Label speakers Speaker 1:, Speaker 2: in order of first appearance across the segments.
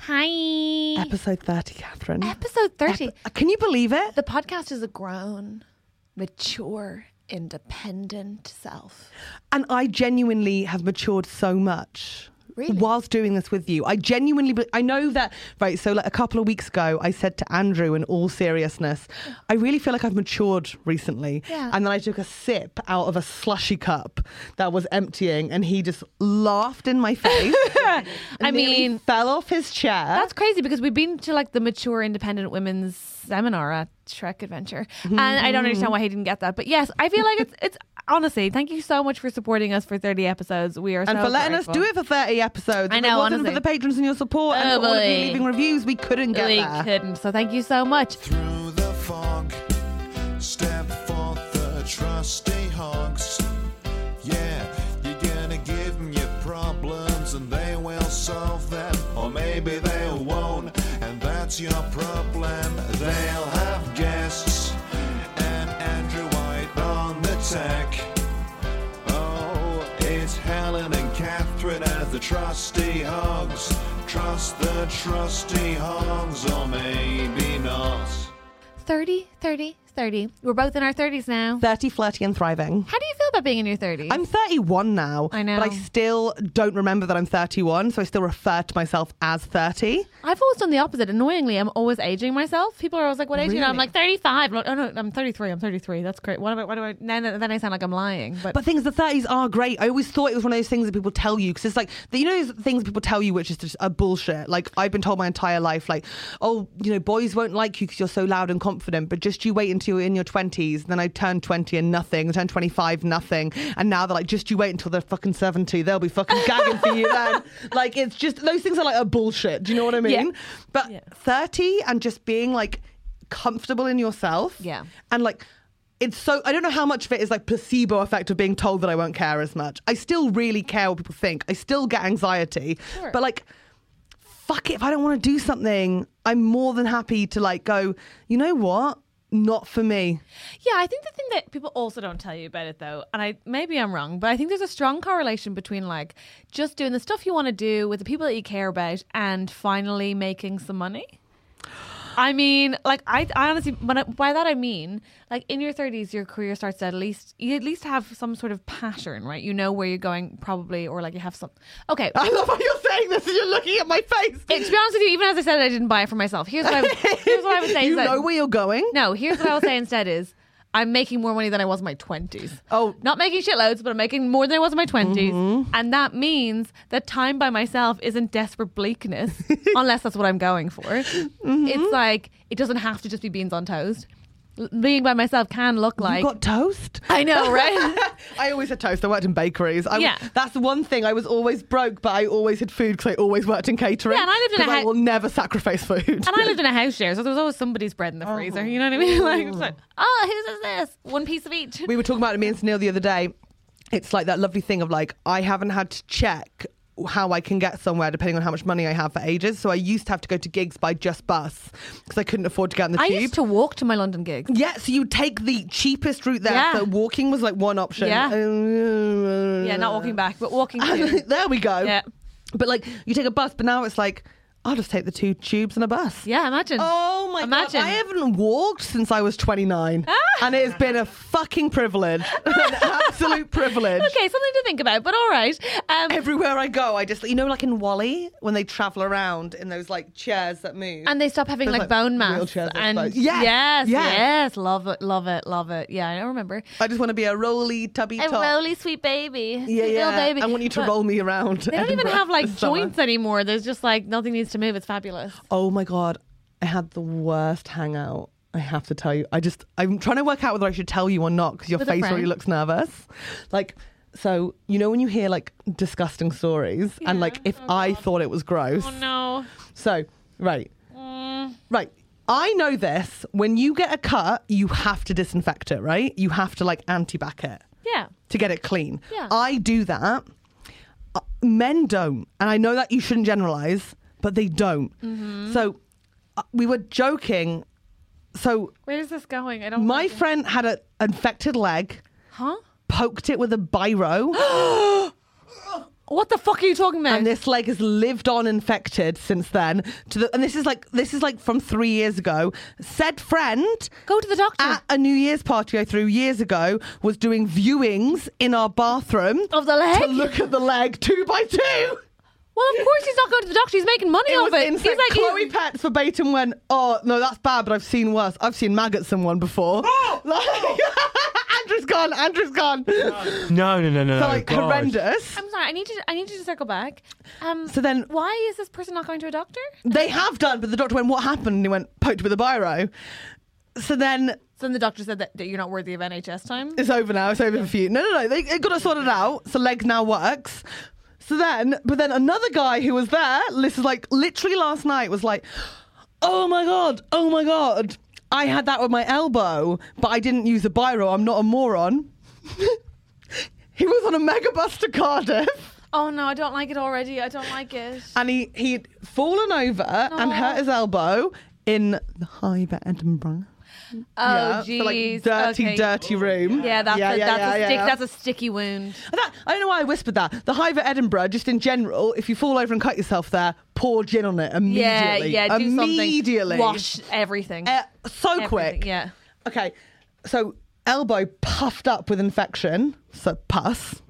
Speaker 1: Hi.
Speaker 2: Episode 30, Catherine.
Speaker 1: Episode 30.
Speaker 2: Ep- Can you believe it?
Speaker 1: the podcast is a grown, mature, independent self.
Speaker 2: And I genuinely have matured so much.
Speaker 1: Really?
Speaker 2: Whilst doing this with you, I genuinely, be- I know that, right, so like a couple of weeks ago, I said to Andrew in all seriousness, I really feel like I've matured recently.
Speaker 1: Yeah.
Speaker 2: And then I took a sip out of a slushy cup that was emptying and he just laughed in my face.
Speaker 1: I
Speaker 2: Nearly
Speaker 1: mean-
Speaker 2: fell off his chair.
Speaker 1: That's crazy because we've been to like the mature independent women's seminar at Shrek Adventure. And I don't understand why he didn't get that. But yes, I feel like it's it's honestly, thank you so much for supporting us for 30 episodes. We are
Speaker 2: and
Speaker 1: so
Speaker 2: for letting
Speaker 1: grateful.
Speaker 2: us do it for 30 episodes.
Speaker 1: I
Speaker 2: If it
Speaker 1: know,
Speaker 2: wasn't
Speaker 1: honestly.
Speaker 2: for the patrons and your support
Speaker 1: Oh,
Speaker 2: and for all of you
Speaker 1: boy.
Speaker 2: leaving reviews, we couldn't get
Speaker 1: We
Speaker 2: there.
Speaker 1: couldn't. So thank you so much.
Speaker 3: Through the fog, step forth the trusty hogs. Yeah, you're gonna give 'em your problems and they will solve them. Or maybe they won't, and that's your problem. They'll have guests and Andrew White on the tech. Oh, it's Helen and Catherine as the trusty hogs. Trust the trusty hogs, or maybe not.
Speaker 1: 30, 30, 30. We're both in our 30s now.
Speaker 2: 30, flirty, and thriving.
Speaker 1: How do you feel about being in your 30s?
Speaker 2: I'm 31 now.
Speaker 1: I know.
Speaker 2: But I still don't remember that I'm 31, so I still refer to myself as 30.
Speaker 1: I've always done the opposite. Annoyingly, I'm always aging myself. People are always like, "What age?" You know, I'm
Speaker 2: Really?
Speaker 1: like 35. Like, oh no, I'm 33. I'm 33. That's great. What am I? What do I? Then, then I sound like I'm lying. But,
Speaker 2: But things, the 30s are great. I always thought it was one of those things that people tell you because it's like, you know, those things people tell you which is just a bullshit. Like, I've been told my entire life, like, oh, you know, boys won't like you because you're so loud and confident, but just you wait until you're in your 20s. And then I turned 20 and nothing, I turned 25, nothing. And now they're like, just you wait until they're fucking 70. They'll be fucking gagging for you then. Like, it's just, those things are like a bullshit. Do you know what I mean?
Speaker 1: Yeah.
Speaker 2: But 30 and just being like comfortable in yourself.
Speaker 1: Yeah.
Speaker 2: And like, it's so, I don't know how much of it is like placebo effect of being told that I won't care as much. I still really care what people think. I still get anxiety.
Speaker 1: Sure.
Speaker 2: But like, fuck it, if I don't want to do something, I'm more than happy to like go, you know what? Not for me.
Speaker 1: yeah, I think the thing that people also don't tell you about it though, and I maybe I'm wrong, but I think there's a strong correlation between like just doing the stuff you want to do with the people that you care about and finally making some money. I mean, like I, I honestly, when I, by that I mean, like in your thirties, your career starts to at least you at least have some sort of pattern, right? You know where you're going, probably, or like you have some. Okay,
Speaker 2: I love how you're saying this and you're looking at my face.
Speaker 1: It- to be honest with you, even as I said, I didn't buy it for myself. Here's what I, here's what I would say.
Speaker 2: you
Speaker 1: is that-
Speaker 2: know where you're going.
Speaker 1: no, here's what I would say instead is I'm making more money than I was in my 20s.
Speaker 2: Oh. Mm-hmm.
Speaker 1: Not making shitloads, but I'm making more than I was in my 20s. And that means that time by myself isn't desperate bleakness, unless that's what I'm going for.
Speaker 2: Mm-hmm.
Speaker 1: It's like, it doesn't have to just be beans on toast. L- Being by myself can look like.
Speaker 2: you got toast.
Speaker 1: I know, right?
Speaker 2: I always had toast. I worked in bakeries. I,
Speaker 1: Yeah.
Speaker 2: that's the one thing. I was always broke, but I always had food because I always worked in catering.
Speaker 1: Yeah, and I lived in a
Speaker 2: 'Cause I
Speaker 1: hou-
Speaker 2: will never sacrifice food.
Speaker 1: And I lived in a house share, so there was always somebody's bread in the freezer. You know what I mean? Like, it's like, oh, whose is this? One piece of each.
Speaker 2: we were talking about it, me and Sunil the other day. It's like that lovely thing of like I haven't had to check how I can get somewhere depending on how much money I have for ages. So I used to have to go to gigs by just bus because I couldn't afford to get on the
Speaker 1: I
Speaker 2: tube.
Speaker 1: used to walk to my London gigs.
Speaker 2: yeah, so you take the cheapest route there.
Speaker 1: Yeah.
Speaker 2: So walking was like one option.
Speaker 1: Yeah. Yeah, not walking back, but walking.
Speaker 2: And
Speaker 1: to.
Speaker 2: there we go.
Speaker 1: Yeah.
Speaker 2: But like you take a bus, but now it's like I'll just take the two tubes and a bus.
Speaker 1: Yeah, imagine.
Speaker 2: Oh my
Speaker 1: imagine. Ah.
Speaker 2: god! I haven't walked since I was 29, and it has been a fucking privilege, an absolute privilege.
Speaker 1: Okay, something to think about, but all right. Um,
Speaker 2: Everywhere I go, I just you know like in Wally when they travel around in those like chairs that move.
Speaker 1: and they stop having
Speaker 2: There's,
Speaker 1: like,
Speaker 2: like,
Speaker 1: bone mass.
Speaker 2: wheelchairs, I
Speaker 1: And
Speaker 2: suppose.
Speaker 1: yes,
Speaker 2: Yes,
Speaker 1: yes,
Speaker 2: yes.
Speaker 1: love it, love it, love it. Yeah, I remember.
Speaker 2: I just want to be a rolly tubby
Speaker 1: A
Speaker 2: top.
Speaker 1: roly sweet baby.
Speaker 2: yeah,
Speaker 1: sweet
Speaker 2: yeah.
Speaker 1: Little baby.
Speaker 2: I want you to
Speaker 1: But
Speaker 2: roll me around.
Speaker 1: They don't even have like joints anymore. There's just like nothing needs to move. It's fabulous.
Speaker 2: Oh my god, I had the worst hangout. I have to tell you. I just I'm trying to work out whether I should tell you or not because your
Speaker 1: With a
Speaker 2: face already
Speaker 1: friend.
Speaker 2: looks nervous. Like so, you know when you hear like disgusting stories and like if I thought it was gross.
Speaker 1: Oh no. Mm.
Speaker 2: So, right. Right. I know this. When you get a cut, you have to disinfect it, right? You have to like antibac it
Speaker 1: Yeah.
Speaker 2: to get it clean.
Speaker 1: Yeah.
Speaker 2: I do that. Uh, Men don't. And I know that you shouldn't generalize, but they don't.
Speaker 1: Mm-hmm.
Speaker 2: So uh, we were joking. So
Speaker 1: Where is this going? I don't.
Speaker 2: my
Speaker 1: like it.
Speaker 2: friend had an infected leg,
Speaker 1: Huh?
Speaker 2: poked it with a biro,
Speaker 1: What the fuck are you talking about?
Speaker 2: and this leg has lived on infected since then. To the, and this is like this is like from three years ago. Said friend
Speaker 1: Go to the doctor.
Speaker 2: at a New Year's party I threw years ago was doing viewings in our bathroom
Speaker 1: Of the leg?
Speaker 2: to look at the leg two by two.
Speaker 1: well, of course he's not going to the doctor. He's making money
Speaker 2: It
Speaker 1: off
Speaker 2: was
Speaker 1: it.
Speaker 2: insane.
Speaker 1: He's like
Speaker 2: Chloe Pets verbatim went, "Oh no, that's bad, but I've seen worse. I've seen maggots someone before." Like, Andrew's gone. Andrew's gone.
Speaker 4: No, no, no, no.
Speaker 2: so like
Speaker 4: God.
Speaker 2: horrendous.
Speaker 1: I'm sorry. I need to. I need you to circle back. Um,
Speaker 2: So then-
Speaker 1: why is this person not going to a doctor?
Speaker 2: They have done, but the doctor went, "What happened?" And he went, "Poked with a biro." So then
Speaker 1: So then the doctor said that, that you're not worthy of NHS time.
Speaker 2: it's over now. It's over for you. No, no, no. They, they got it sorted out. So leg now works. So then, but then another guy who was there, this is like literally last night, was like, oh my God, oh my God. I had that with my elbow, but I didn't use a biro. I'm not a moron. he was on a megabus to Cardiff
Speaker 1: Oh no, I don't like it already. I don't like it.
Speaker 2: and he, he'd fallen over and hurt his elbow in the Hive at Edinburgh.
Speaker 1: Oh
Speaker 2: So, like
Speaker 1: jeez.
Speaker 2: dirty,
Speaker 1: Okay.
Speaker 2: dirty room.
Speaker 1: Yeah, that's a, that's a stick.
Speaker 2: yeah.
Speaker 1: That's a sticky wound.
Speaker 2: And that- I don't know why I whispered that. The Hive at Edinburgh, just in general, if you fall over and cut yourself there, pour gin on it immediately.
Speaker 1: Yeah, yeah. Do
Speaker 2: immediately.
Speaker 1: something. Wash everything.
Speaker 2: Uh, so
Speaker 1: Everything,
Speaker 2: quick.
Speaker 1: Yeah.
Speaker 2: Okay. So elbow puffed up with infection, so pus.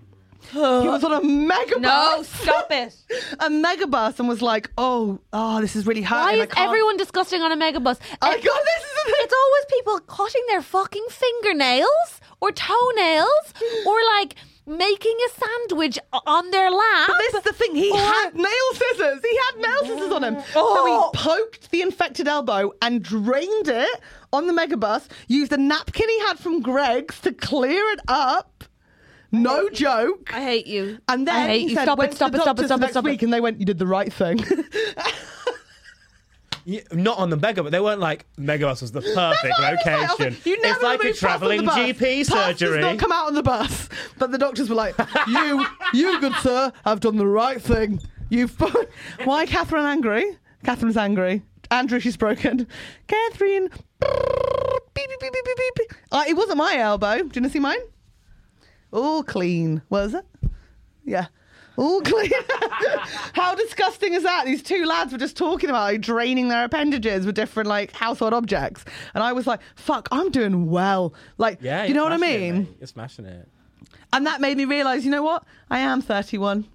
Speaker 2: He was on a megabus.
Speaker 1: No, stop it.
Speaker 2: a megabus and was like, "Oh, oh, this is really
Speaker 1: Why
Speaker 2: hurting." I
Speaker 1: is
Speaker 2: can't-
Speaker 1: everyone disgusting on a megabus?
Speaker 2: I
Speaker 1: It-
Speaker 2: got Oh, this. Is the thing.
Speaker 1: It's always people cutting their fucking fingernails or toenails or like making a sandwich o- on their lap.
Speaker 2: But this is the thing. He
Speaker 1: Or-
Speaker 2: had nail scissors. He had nail scissors on him.
Speaker 1: Oh.
Speaker 2: So he poked the infected elbow and drained it on the megabus. Used a napkin he had from Greg's to clear it up. No joke.
Speaker 1: I hate you.
Speaker 2: And then
Speaker 1: I hate
Speaker 2: he
Speaker 1: you.
Speaker 2: said,
Speaker 1: stop
Speaker 2: "Went
Speaker 1: it,
Speaker 2: to
Speaker 1: stop
Speaker 2: the
Speaker 1: it, stop it,
Speaker 2: doctors
Speaker 1: stop
Speaker 2: the
Speaker 1: it,
Speaker 2: next
Speaker 1: stop it.
Speaker 2: week, and they went, "You did the right thing."
Speaker 4: Yeah, not on the mega, but they weren't like Megabus was the perfect
Speaker 2: That's what I was like. I was like,
Speaker 4: location.
Speaker 2: you never
Speaker 4: it's like a
Speaker 2: remove pus on the
Speaker 4: traveling
Speaker 2: bus.
Speaker 4: GP
Speaker 2: Pus
Speaker 4: surgery.
Speaker 2: Does not come out on the bus, but the doctors were like, "You, you, good sir, have done the right thing. You've put why Catherine angry? Catherine's angry. Andrew, she's broken. Catherine, beep, beep, beep, beep, beep, beep. Uh, it wasn't my elbow. Do you want to see mine? All clean. Was it? Yeah. All clean. How disgusting is that? These two lads were just talking about like, draining their appendages with different like household objects, and I was like, "Fuck, I'm doing well." Like,
Speaker 4: yeah,
Speaker 2: you
Speaker 4: you're
Speaker 2: know what I
Speaker 4: smashing it,
Speaker 2: mean?
Speaker 4: mate. You're smashing it.
Speaker 2: And that made me realize, you know what? I am 31.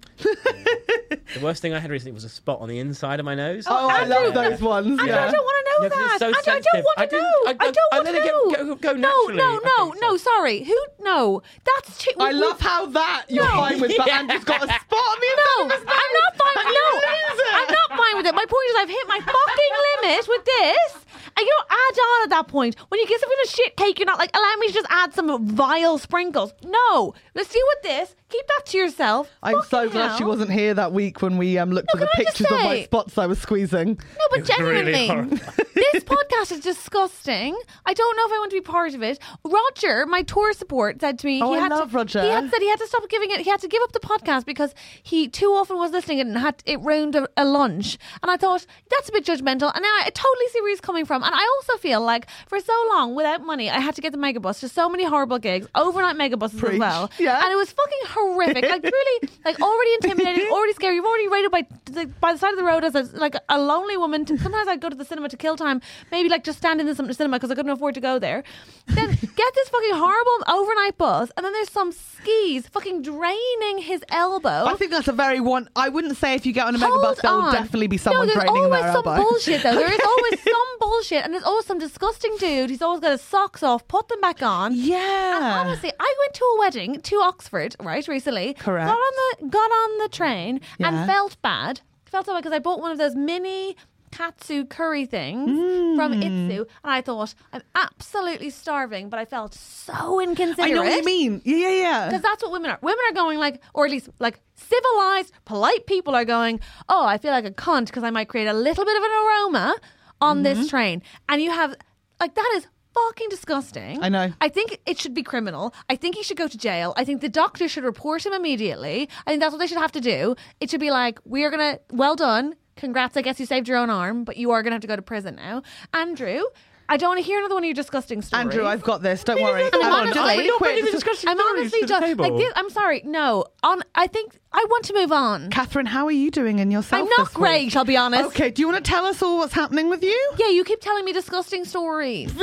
Speaker 4: The worst thing I had recently was a spot on the inside of my nose.
Speaker 2: Oh, I
Speaker 1: Andrew-
Speaker 2: love those ones.
Speaker 1: Andrew,
Speaker 2: yeah.
Speaker 1: I don't want to know
Speaker 4: No, 'cause
Speaker 1: that.
Speaker 4: it's so
Speaker 1: Andrew, I don't
Speaker 4: sensitive.
Speaker 1: want
Speaker 4: I
Speaker 1: to
Speaker 4: didn't-
Speaker 1: know.
Speaker 4: I-
Speaker 1: I,
Speaker 4: I-
Speaker 1: don't
Speaker 4: I
Speaker 1: want
Speaker 4: let
Speaker 1: to
Speaker 4: it
Speaker 1: know.
Speaker 4: go- go- go
Speaker 1: no,
Speaker 4: naturally.
Speaker 1: no,
Speaker 4: I
Speaker 1: no,
Speaker 4: think so.
Speaker 1: no. Sorry. Who? No, that's too.
Speaker 2: I love how that you're
Speaker 1: No.
Speaker 2: fine with, but Andrew's got a spot on me.
Speaker 1: No, I'm not fine.
Speaker 2: And
Speaker 1: No,
Speaker 2: you lose it.
Speaker 1: I'm not fine with it. My point is, I've hit my fucking limit with this. And you don't add on at that point. When you get something a shit cake, you're not like, allow me to just add some vile sprinkles. No, let's deal with this. Keep that to yourself.
Speaker 2: I'm so
Speaker 1: Fucking
Speaker 2: glad
Speaker 1: hell.
Speaker 2: she wasn't here that week when we um, looked
Speaker 1: No,
Speaker 2: at the
Speaker 1: can I just
Speaker 2: pictures of
Speaker 1: say-
Speaker 2: my spots I was squeezing.
Speaker 1: No, but
Speaker 4: It was really
Speaker 1: genuinely,
Speaker 4: horrible.
Speaker 1: this This podcast is disgusting. I don't know if I want to be part of it. Roger, my tour support, said to me,
Speaker 2: Oh,
Speaker 1: he
Speaker 2: I
Speaker 1: had
Speaker 2: love
Speaker 1: to,
Speaker 2: Roger.
Speaker 1: He had said he had to stop giving it. He had to give up the podcast because he too often was listening and had it ruined a, a lunch. And I thought that's a bit judgmental. And now I totally see where he's coming from. And I also feel like for so long without money, I had to get the mega bus to so many horrible gigs, overnight mega buses as
Speaker 2: Preach.
Speaker 1: well.
Speaker 2: Yeah.
Speaker 1: And it was fucking horrific. Like really, like already intimidated, already scary. You've already rated by the, by the side of the road as a, like a lonely woman. Sometimes I'd go to the cinema to kill time, maybe like just stand in the cin- cinema because I couldn't afford to go there. Then get this fucking horrible overnight bus, and then there's some skis fucking draining his elbow.
Speaker 2: I think that's a very one. I wouldn't say if you get on a megabus, there will
Speaker 1: Oh. on.
Speaker 2: definitely be someone
Speaker 1: No, there's
Speaker 2: draining
Speaker 1: always
Speaker 2: their
Speaker 1: some
Speaker 2: elbow.
Speaker 1: bullshit though. There is always some bullshit, and there's always some disgusting dude. He's always got his socks off. Put them back on.
Speaker 2: Yeah.
Speaker 1: And honestly, I went to a wedding to Oxford right recently.
Speaker 2: Correct.
Speaker 1: Got on the got on the train
Speaker 2: Yeah.
Speaker 1: and felt bad. Felt so bad because I bought one of those mini katsu curry things from
Speaker 2: Hmm.
Speaker 1: Itsu, and I thought I'm absolutely starving, but I felt so inconsiderate.
Speaker 2: I know what you mean. Yeah, yeah, yeah.
Speaker 1: Because that's what women are. Women are going like, or at least like civilized, polite people are going, oh, I feel like a cunt because I might create a little bit of an aroma on
Speaker 2: Mm-hmm.
Speaker 1: this train. And you have, like, that is fucking disgusting.
Speaker 2: I know.
Speaker 1: I think it should be criminal. I think he should go to jail. I think the doctor should report him immediately. I think that's what they should have to do. It should be like, we're going to, well done. Congrats, I guess you saved your own arm, but you are going to have to go to prison now. Andrew, I don't want to hear another one of your disgusting stories.
Speaker 2: Andrew, I've got this. Don't worry.
Speaker 1: And I'm
Speaker 2: Hang on, just
Speaker 1: honestly-
Speaker 2: really quick.
Speaker 4: bringing the
Speaker 2: This is-
Speaker 4: discussion
Speaker 1: I'm
Speaker 4: stories
Speaker 1: honestly
Speaker 4: to the
Speaker 1: done.
Speaker 4: table.
Speaker 1: Like this, I'm sorry. No, on. I think I want to move on.
Speaker 2: Catherine, how are you doing in yourself?
Speaker 1: I'm not
Speaker 2: this week?
Speaker 1: great, I'll be honest.
Speaker 2: Okay, do you want to tell us all what's happening with you?
Speaker 1: Yeah, you keep telling me disgusting stories.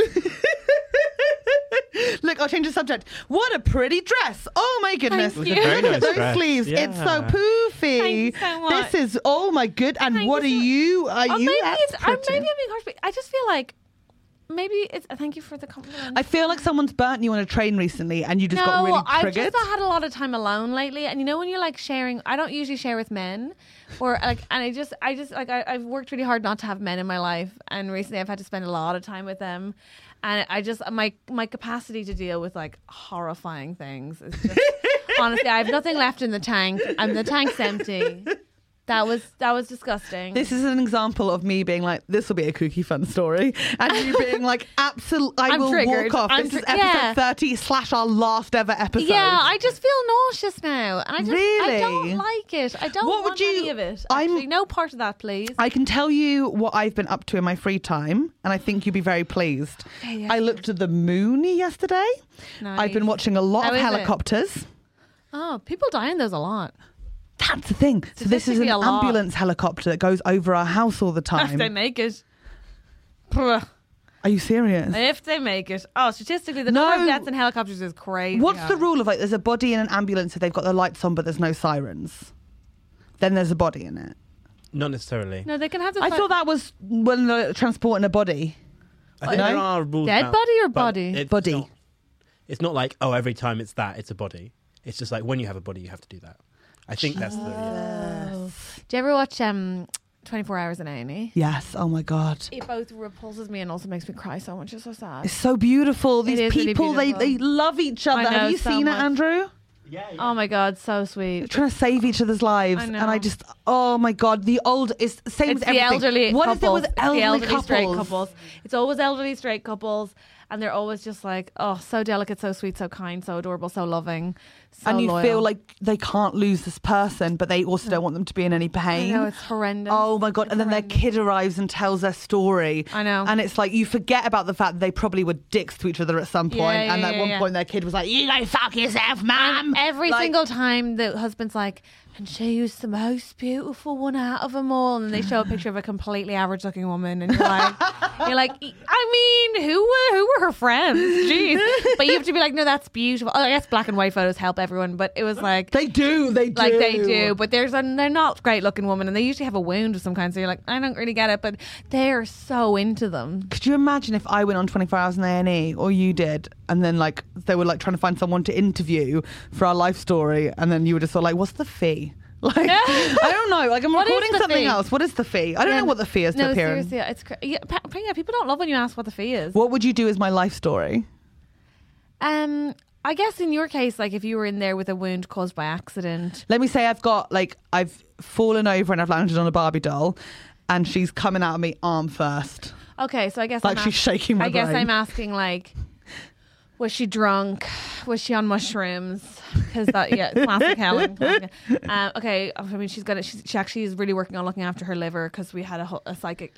Speaker 2: Look, I'll change the subject. What a pretty dress! Oh my goodness!
Speaker 1: Thank It's a you. very
Speaker 2: Look at
Speaker 4: nice
Speaker 2: those
Speaker 4: dress.
Speaker 2: sleeves. It's so
Speaker 4: Yeah.
Speaker 2: poofy.
Speaker 1: Thank you so much.
Speaker 2: This is oh my good. And
Speaker 1: Thank
Speaker 2: what are
Speaker 1: you so-
Speaker 2: you? Are
Speaker 1: Oh,
Speaker 2: you?
Speaker 1: maybe
Speaker 2: that's
Speaker 1: it's, I, maybe
Speaker 2: pretty.
Speaker 1: I'm being harsh, but I just feel like maybe it's. Thank you for the compliment.
Speaker 2: I feel like someone's burnt you on a train recently, and you just got really
Speaker 1: I've
Speaker 2: triggered.
Speaker 1: just not had a lot of time alone lately, and you know when you're like sharing, I don't usually share with men, or like, and I just, I just like, I, I've worked really hard not to have men in my life, and recently I've had to spend a lot of time with them, and I just my my capacity to deal with like horrifying things is just honestly, I have nothing left in the tank, and the tank's empty. That was that was disgusting.
Speaker 2: This is an example of me being like, this will be a kooky fun story. And you being like, absolutely, I
Speaker 1: I'm
Speaker 2: will
Speaker 1: triggered.
Speaker 2: walk off.
Speaker 1: I'm
Speaker 2: this is
Speaker 1: tr-
Speaker 2: episode
Speaker 1: yeah.
Speaker 2: 30 slash our last ever episode.
Speaker 1: yeah, I just feel nauseous now, and I just I
Speaker 2: Really?
Speaker 1: don't like it. I don't
Speaker 2: What would
Speaker 1: want
Speaker 2: you-
Speaker 1: any of it.
Speaker 2: I'm-
Speaker 1: Actually, no part of that, please.
Speaker 2: I can tell you what I've been up to in my free time, and I think you'd be very pleased.
Speaker 1: yeah.
Speaker 2: I looked at the moon yesterday. I've been
Speaker 1: Nice.
Speaker 2: watching a lot
Speaker 1: How
Speaker 2: of
Speaker 1: is it?
Speaker 2: helicopters.
Speaker 1: Oh, people die in those a lot.
Speaker 2: That's the thing. So this is an
Speaker 1: Statistically a lot.
Speaker 2: ambulance helicopter that goes over our house all the
Speaker 1: If they
Speaker 2: time.
Speaker 1: make it. Bruh.
Speaker 2: Are you serious?
Speaker 1: If they make it. Oh, statistically, the
Speaker 2: No.
Speaker 1: number of deaths in helicopters is crazy.
Speaker 2: What's the rule of like there's a body in an ambulance if they've got the lights on but there's no sirens? Then there's a body in it.
Speaker 4: Not necessarily.
Speaker 1: No, they can have the.
Speaker 2: I thought that was when they're transporting a body.
Speaker 4: I think
Speaker 2: No?
Speaker 4: there are rules.
Speaker 1: Dead
Speaker 4: about-
Speaker 1: body or
Speaker 4: but
Speaker 1: body?
Speaker 4: it's
Speaker 2: Body.
Speaker 4: Not, it's not like oh, every time it's that, it's a body. It's just like when you have a body, you have to do that. I think that's the.
Speaker 1: Do you ever watch um, 24 Hours in E? A&E?
Speaker 2: Yes. Oh my god.
Speaker 1: It both repulses me and also makes me cry so much. It's so sad.
Speaker 2: It's so beautiful. These
Speaker 1: is really
Speaker 2: people, they they
Speaker 1: beautiful.
Speaker 2: love each
Speaker 1: I
Speaker 2: other. Have
Speaker 1: know
Speaker 2: you
Speaker 1: so
Speaker 2: seen
Speaker 1: much.
Speaker 2: it, Andrew?
Speaker 1: Oh my God, so
Speaker 2: They're
Speaker 1: sweet.
Speaker 2: trying to save each other's lives,
Speaker 1: I
Speaker 2: and
Speaker 1: know.
Speaker 2: I just, oh my god, the old is same
Speaker 1: It's
Speaker 2: with
Speaker 1: the
Speaker 2: everything.
Speaker 1: elderly
Speaker 2: What is
Speaker 1: couples.
Speaker 2: it with
Speaker 1: It's
Speaker 2: elderly,
Speaker 1: the elderly
Speaker 2: couples?
Speaker 1: straight couples. It's always elderly straight couples. And they're always just like, oh, so delicate, so sweet, so kind, so adorable, so loving. So
Speaker 2: and you
Speaker 1: loyal.
Speaker 2: feel like they can't lose this person, but they also don't want them to be in any
Speaker 1: I
Speaker 2: pain.
Speaker 1: know, it's horrendous.
Speaker 2: Oh my god! And then their kid arrives and tells their story.
Speaker 1: I know.
Speaker 2: And it's like you forget about the fact that they probably were dicks to each other at some point,
Speaker 1: Yeah, yeah,
Speaker 2: and at
Speaker 1: yeah,
Speaker 2: one
Speaker 1: yeah.
Speaker 2: point their kid was like, "You go fuck yourself, mum."
Speaker 1: Every
Speaker 2: Like,
Speaker 1: single time the husband's like, and she was the most beautiful one out of them all, and they show a picture of a completely average looking woman, and you're like, you're like, "E, I mean, who were who were her friends? Jeez, but you have to be like, no, that's beautiful. Oh, I guess black and white photos help everyone, but it was like.
Speaker 2: They do. They do.
Speaker 1: like they do, but there's a they're not great looking woman, and they usually have a wound of some kind. So you're like, I don't really get it, but they're so into them.
Speaker 2: Could you imagine if I went on 24 hours in A&E or you did and then like they were like trying to find someone to interview for our life story and then you were just sort of like what's the fee? Like I don't know. Like I'm
Speaker 1: What is
Speaker 2: recording
Speaker 1: the
Speaker 2: something
Speaker 1: fee?
Speaker 2: else. What is the fee? I don't know what the fee is to
Speaker 1: No,
Speaker 2: appear in.
Speaker 1: seriously, it's cra- yeah, pa- yeah, people don't love when you ask what the fee is.
Speaker 2: What would you do as my life story?
Speaker 1: Um, I guess in your case, like if you were in there with a wound caused by accident,
Speaker 2: Let me say I've got like I've fallen over and I've landed on a Barbie doll and she's coming out of me arm first.
Speaker 1: Okay, so I guess
Speaker 2: Like
Speaker 1: I'm
Speaker 2: she's shaking my
Speaker 1: I guess
Speaker 2: brain.
Speaker 1: I'm asking like, was she drunk? Was she on mushrooms? Because that yeah, it's classic Helen. Um, okay, I mean she's got it. She's, she actually is really working on looking after her liver because we had a, whole, a psychic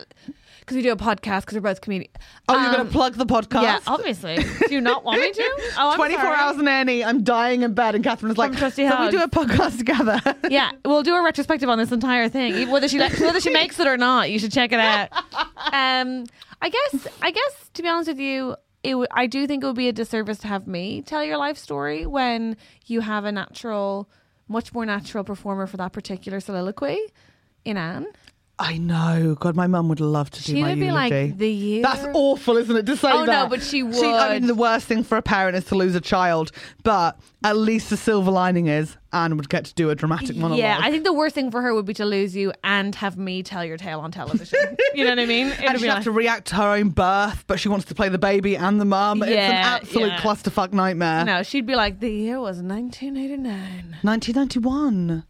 Speaker 1: because we do a podcast because we're both comedians.
Speaker 2: Oh, you're going to plug the podcast?
Speaker 1: Um, Yeah, obviously. Do you not want me to? Oh, I'm
Speaker 2: 24
Speaker 1: sorry.
Speaker 2: hours in Annie. I'm dying in bed. And Catherine's like,
Speaker 1: From
Speaker 2: Can
Speaker 1: Trusty
Speaker 2: we
Speaker 1: Hogs."
Speaker 2: do a podcast together?
Speaker 1: Yeah, we'll do a retrospective on this entire thing, Even whether she likes, whether she makes it or not. You should check it out. Um, I guess, I guess, to be honest with you, it w- I do think it would be a disservice to have me tell your life story when you have a natural, much more natural performer for that particular soliloquy. In Anne,
Speaker 2: I know. God, my mum would love to do
Speaker 1: She
Speaker 2: my
Speaker 1: would be
Speaker 2: eulogy.
Speaker 1: like, "The year-
Speaker 2: That's awful, isn't it? To say
Speaker 1: Oh, no,
Speaker 2: that.
Speaker 1: but she
Speaker 2: I mean,
Speaker 1: would.
Speaker 2: the worst thing for a parent is to lose a child. But at least the silver lining is Anne would get to do a dramatic monologue.
Speaker 1: yeah, I think the worst thing for her would be to lose you and have me tell your tale on television. you know what I mean? It'd
Speaker 2: and
Speaker 1: be
Speaker 2: she
Speaker 1: like-
Speaker 2: has to react to her own birth, but she wants to play the baby and the mum. it's an
Speaker 1: Yeah,
Speaker 2: absolute
Speaker 1: yeah.
Speaker 2: clusterfuck nightmare.
Speaker 1: no, she'd be like, the year was 1989.
Speaker 2: 1991.